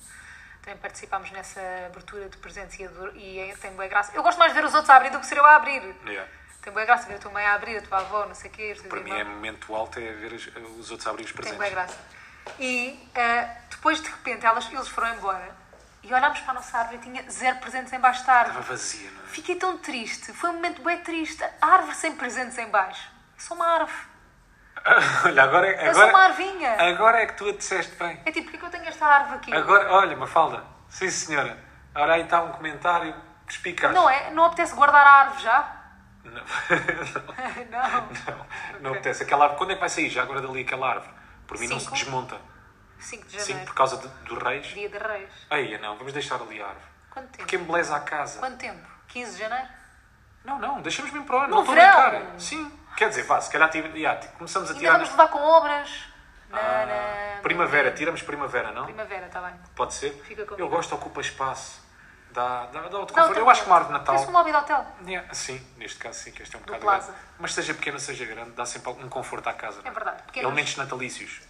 Speaker 4: também participámos nessa abertura de presentes e, adoro- e é- tem boa graça. Eu gosto mais de ver os outros a abrir do que ser eu a abrir.
Speaker 2: Yeah.
Speaker 4: Tem boa graça ver a tua mãe a abrir, a tua avó, não sei o quê. os teus
Speaker 2: Para mim
Speaker 4: irmãos.
Speaker 2: é momento alto é ver os, os outros abrir os
Speaker 4: Tem
Speaker 2: presentes.
Speaker 4: boa graça. E ah, depois, de repente, elas, eles foram embora e olhámos para a nossa árvore e tinha zero presentes em baixo da
Speaker 2: Estava
Speaker 4: árvore.
Speaker 2: vazia, não é?
Speaker 4: Fiquei tão triste. Foi um momento bem triste. A árvore sem presentes em baixo. Eu sou uma árvore.
Speaker 2: Olha, agora, é-
Speaker 4: Eu sou uma
Speaker 2: agora,
Speaker 4: arvinha.
Speaker 2: agora é que tu a disseste bem.
Speaker 4: É tipo, porquê que eu tenho esta árvore aqui?
Speaker 2: Agora, olha, Mafalda. Sim, senhora. Ora, aí está um comentário despicado.
Speaker 4: Não é? Não apetece guardar a árvore já?
Speaker 2: Não.
Speaker 4: não.
Speaker 2: não, não apetece. Aquela árvore, quando é que vai sair já agora dali aquela árvore? Por mim não se
Speaker 4: Cinco.
Speaker 2: desmonta.
Speaker 4: 5 de
Speaker 2: Sim,
Speaker 4: janeiro.
Speaker 2: por causa de- do reis.
Speaker 4: Dia de Reis.
Speaker 2: Aí, não, vamos deixar ali a árvore.
Speaker 4: Quanto tempo?
Speaker 2: Porque embeleza a casa.
Speaker 4: Quanto tempo? 15 de janeiro?
Speaker 2: Não, não, deixamos mesmo para o ano.
Speaker 4: No
Speaker 2: Não estou a
Speaker 4: verão.
Speaker 2: brincar. Sim. Quer dizer, vá, se calhar tive- já, t- começamos a
Speaker 4: Ainda
Speaker 2: tirar.
Speaker 4: vamos levar com obras? Na-
Speaker 2: Ah,
Speaker 4: na-
Speaker 2: primavera, tiramos primavera, não?
Speaker 4: Primavera, está bem.
Speaker 2: Pode ser?
Speaker 4: Fica combinado.
Speaker 2: Eu gosto, ocupa espaço. Dá, dá, dá outro
Speaker 4: Dá
Speaker 2: conforto.
Speaker 4: outra
Speaker 2: Eu acho que uma
Speaker 4: coisa.
Speaker 2: árvore de Natal.
Speaker 4: Parece um lobby de hotel.
Speaker 2: Yeah, sim, neste caso sim, que este é um
Speaker 4: Do
Speaker 2: bocado
Speaker 4: Plaza.
Speaker 2: grande. Mas seja pequena, seja grande, dá sempre algum conforto à casa. não
Speaker 4: É verdade, Uhum. pequenos.
Speaker 2: Elementos natalícios.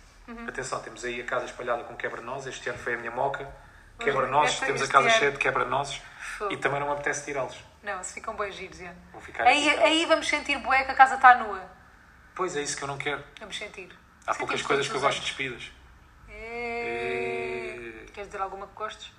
Speaker 2: Atenção, temos aí a casa espalhada com quebra-nozes. Este ano foi a minha moca. Quebra-nozes,
Speaker 4: esta-
Speaker 2: temos a
Speaker 4: este
Speaker 2: casa
Speaker 4: ano.
Speaker 2: cheia de quebra-nozes.
Speaker 4: Fogo.
Speaker 2: E também não me apetece tirá-los.
Speaker 4: Não, se ficam bem giros, já.
Speaker 2: Vou ficar
Speaker 4: aí,
Speaker 2: irritado.
Speaker 4: aí vamos sentir bué que a casa está nua.
Speaker 2: Pois é, isso que eu não quero.
Speaker 4: Vamos sentir.
Speaker 2: Há
Speaker 4: Sentimos
Speaker 2: poucas coisas que eu
Speaker 4: todos
Speaker 2: gosto
Speaker 4: os
Speaker 2: despidas.
Speaker 4: anos. Eh,
Speaker 2: Eh.
Speaker 4: Queres dizer alguma que gostes?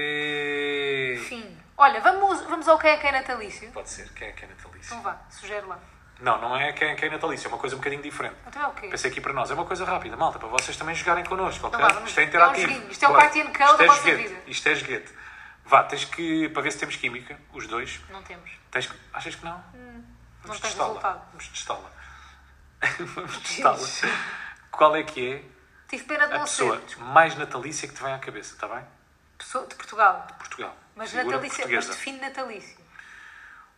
Speaker 2: E...
Speaker 4: Sim. Olha, vamos, vamos ao que é que é natalício.
Speaker 2: Pode ser, quem é que é natalício?
Speaker 4: Então vá, sugere lá.
Speaker 2: Não, não é quem é que é natalício, é uma coisa um bocadinho diferente.
Speaker 4: Então é o quê?
Speaker 2: Pensei aqui para nós, é uma coisa rápida, malta, para vocês também jogarem connosco, ok?
Speaker 4: Então vá, vamos-
Speaker 2: isto é
Speaker 4: é um
Speaker 2: interativo.
Speaker 4: joguinho, isto é o
Speaker 2: Bora.
Speaker 4: party and go
Speaker 2: Isto
Speaker 4: da
Speaker 2: é
Speaker 4: vossa
Speaker 2: joguete,
Speaker 4: vida.
Speaker 2: Isto é joguete. Vá, tens que, para ver se temos química, os dois,
Speaker 4: Não temos.
Speaker 2: tens que, achas que não?
Speaker 4: Não
Speaker 2: Vamos
Speaker 4: tens
Speaker 2: testá-la.
Speaker 4: resultado.
Speaker 2: Vamos testá-la. Vamos testá-la. Qual é que é
Speaker 4: Tive pena de
Speaker 2: a
Speaker 4: não
Speaker 2: pessoa
Speaker 4: ser
Speaker 2: mais natalícia que te vem à cabeça, está bem?
Speaker 4: pessoa de Portugal.
Speaker 2: Portugal.
Speaker 4: Mas
Speaker 2: Figura
Speaker 4: natalício, mas
Speaker 2: portuguesa.
Speaker 4: define natalício.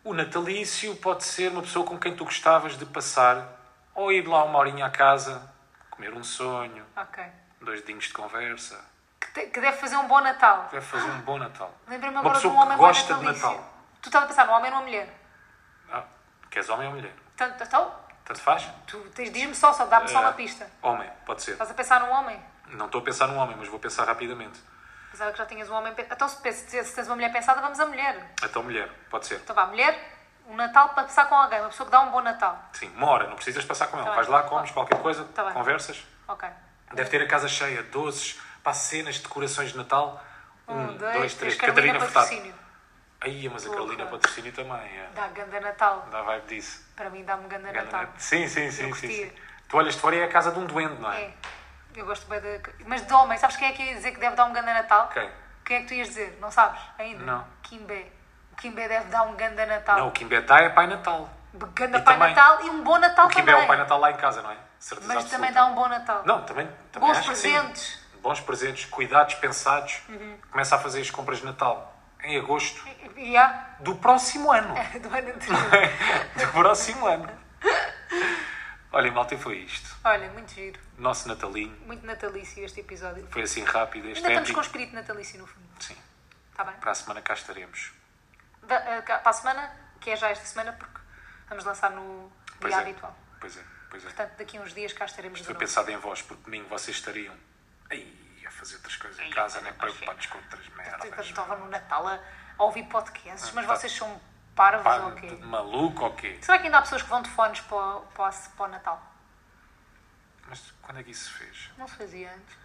Speaker 2: O natalício pode ser uma pessoa com quem tu gostavas de passar ou ir lá uma horinha à casa, comer um sonho,
Speaker 4: Ok.
Speaker 2: dois dinhos de conversa.
Speaker 4: Que, te- que deve fazer um bom Natal.
Speaker 2: Deve fazer um bom Natal.
Speaker 4: Lembrei-me
Speaker 2: Uma
Speaker 4: Ah, agora de
Speaker 2: pessoa
Speaker 4: um homem
Speaker 2: que gosta
Speaker 4: bué
Speaker 2: de
Speaker 4: natalício.
Speaker 2: Natal.
Speaker 4: Tu estás a pensar num homem ou numa mulher?
Speaker 2: Ah, queres homem ou mulher?
Speaker 4: Tanto, então,
Speaker 2: Tanto faz?
Speaker 4: tu tens- diz-me só, só dá-me só uma
Speaker 2: Ah,
Speaker 4: pista.
Speaker 2: Homem, pode ser.
Speaker 4: Estás a pensar num homem?
Speaker 2: Não estou a pensar num homem, mas vou pensar rapidamente.
Speaker 4: Pensava que já tinhas um homem. pe- Então, se, pensa- se tens uma mulher pensada, vamos a mulher.
Speaker 2: Então, mulher, pode ser.
Speaker 4: Então, vá, mulher, um Natal para passar com alguém, uma pessoa que dá um bom Natal.
Speaker 2: Sim, uma hora, não precisas passar com ele.
Speaker 4: Tá
Speaker 2: Vais
Speaker 4: bem.
Speaker 2: lá, comes qualquer coisa,
Speaker 4: Tá bem.
Speaker 2: conversas.
Speaker 4: Ok.
Speaker 2: Deve ter a casa cheia, doces, pá, cenas, decorações de Natal.
Speaker 4: Um, dois, três,
Speaker 2: Catarina
Speaker 4: Carolina
Speaker 2: Furtado.
Speaker 4: Patrocínio.
Speaker 2: Aí, mas a
Speaker 4: Porra.
Speaker 2: Carolina Patrocínio também, é.
Speaker 4: Dá ganda Natal.
Speaker 2: Dá vibe disso.
Speaker 4: Para mim, dá-me ganda
Speaker 2: Ganda
Speaker 4: Natal.
Speaker 2: net. Sim, sim, sim, sim,
Speaker 4: curtia.
Speaker 2: sim. Tu olhas de fora e é a casa de um duende, não é?
Speaker 4: É. Eu gosto bem da. Mas de homem, sabes quem é que eu ia dizer que deve dar um ganda Natal?
Speaker 2: Quem?
Speaker 4: Quem é que tu ias dizer? Não sabes? Ainda?
Speaker 2: Não.
Speaker 4: Kimbé. O Kimbé deve dar um ganda Natal.
Speaker 2: Não, o Quimbetá é Pai Natal.
Speaker 4: Ganda
Speaker 2: E
Speaker 4: Pai
Speaker 2: também-
Speaker 4: Natal e um bom Natal
Speaker 2: O Quimbé
Speaker 4: também.
Speaker 2: é o Pai Natal lá em casa, não é? Certeza
Speaker 4: Mas
Speaker 2: absoluta.
Speaker 4: também dá um bom Natal.
Speaker 2: Não, também, também
Speaker 4: Bons
Speaker 2: acho que sim.
Speaker 4: presentes. Uhum.
Speaker 2: Bons presentes, cuidados pensados. Começa a fazer as compras de Natal em agosto
Speaker 4: E há. é
Speaker 2: do próximo ano.
Speaker 4: Do ano anterior.
Speaker 2: do próximo ano. Olha, malta, e foi isto.
Speaker 4: Olha, muito giro.
Speaker 2: Nosso Natalinho.
Speaker 4: Muito natalício este episódio.
Speaker 2: Foi assim rápido, este
Speaker 4: Ainda estamos
Speaker 2: épico.
Speaker 4: com o espírito natalício no fundo.
Speaker 2: Sim,
Speaker 4: Está bem?
Speaker 2: para a semana cá estaremos.
Speaker 4: Da- eh, cá- para a semana, que é já esta semana, porque vamos lançar no
Speaker 2: Pois
Speaker 4: dia
Speaker 2: é.
Speaker 4: habitual.
Speaker 2: Pois é, pois é.
Speaker 4: Portanto, daqui a uns dias cá estaremos de
Speaker 2: Foi
Speaker 4: novo.
Speaker 2: pensado em vós, porque domingo vocês estariam aí a fazer outras coisas em casa, nem preocupados com outras
Speaker 4: Eu
Speaker 2: merdas.
Speaker 4: estava no Natal a, a ouvir podcasts, mas
Speaker 2: tá.
Speaker 4: vocês são parvos
Speaker 2: Pá,
Speaker 4: ou quê?
Speaker 2: de maluco ou quê?
Speaker 4: Será que ainda há pessoas que vão de fones para, o- para, o- para o Natal?
Speaker 2: Mas quando é que isso se fez?
Speaker 4: Não se fazia antes.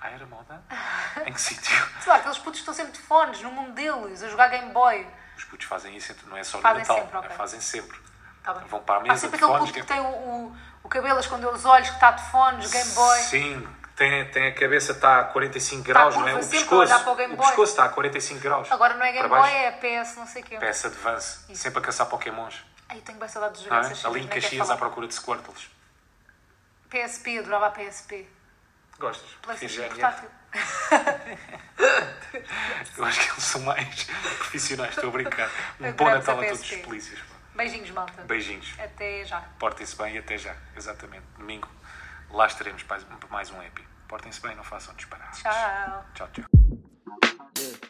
Speaker 2: Ah, era moda? Em que sítio?
Speaker 4: Sei lá, aqueles putos estão sempre de fones, no mundo deles, a jogar Game Boy.
Speaker 2: Os putos fazem isso, então não é só no
Speaker 4: Fazem
Speaker 2: Natal.
Speaker 4: sempre, ok.
Speaker 2: é, Fazem sempre.
Speaker 4: Tá bem.
Speaker 2: Vão para a
Speaker 4: há
Speaker 2: mesa
Speaker 4: sempre
Speaker 2: de
Speaker 4: aquele
Speaker 2: fones. é
Speaker 4: puto que tem o, o, o cabelo a esconder os olhos, que está de fones, Game Boy.
Speaker 2: Sim, tem, tem a cabeça está a 45
Speaker 4: a
Speaker 2: graus, não é?
Speaker 4: curva
Speaker 2: O
Speaker 4: sempre a
Speaker 2: pescoço,
Speaker 4: olhar para o Game
Speaker 2: o
Speaker 4: Boy.
Speaker 2: pescoço está a 45 graus.
Speaker 4: Agora não é Game
Speaker 2: para baixo.
Speaker 4: Boy, é PS, não sei o quê.
Speaker 2: Peça de Vance, sempre a caçar pokémons.
Speaker 4: Ai, eu tenho bem saudade de
Speaker 2: Não
Speaker 4: jogar
Speaker 2: é?
Speaker 4: essas
Speaker 2: Ali
Speaker 4: coisas,
Speaker 2: em
Speaker 4: nem quero
Speaker 2: Caxias
Speaker 4: falar.
Speaker 2: à procura de Squirtles.
Speaker 4: PSP, eu adorava a PSP.
Speaker 2: Gostas?
Speaker 4: PlayStation
Speaker 2: Fiz GNR.
Speaker 4: portátil.
Speaker 2: Eu acho que eles são mais profissionais, estou a brincar. Um
Speaker 4: Eu
Speaker 2: bom
Speaker 4: adoro essa
Speaker 2: Natal a todos os
Speaker 4: PSP.
Speaker 2: polícias. pá.
Speaker 4: Beijinhos, malta.
Speaker 2: Beijinhos.
Speaker 4: Até já.
Speaker 2: Portem-se bem e até já. Exatamente. Domingo lá estaremos para mais um EP. Portem-se bem, não façam disparates.
Speaker 4: Tchau.
Speaker 2: Tchau, tchau.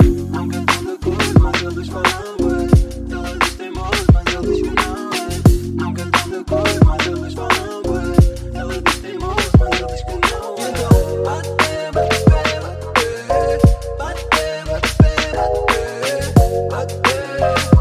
Speaker 3: Não cantando cores, mas eles falam bué. Todos teimosos, mas eles que não é. Não cantando cores, mas eles falam bué. Elas diz teimosos, mas eles que não é. Então, bate, bate, bate, bate. Bate, bate, bate, bate. Bate.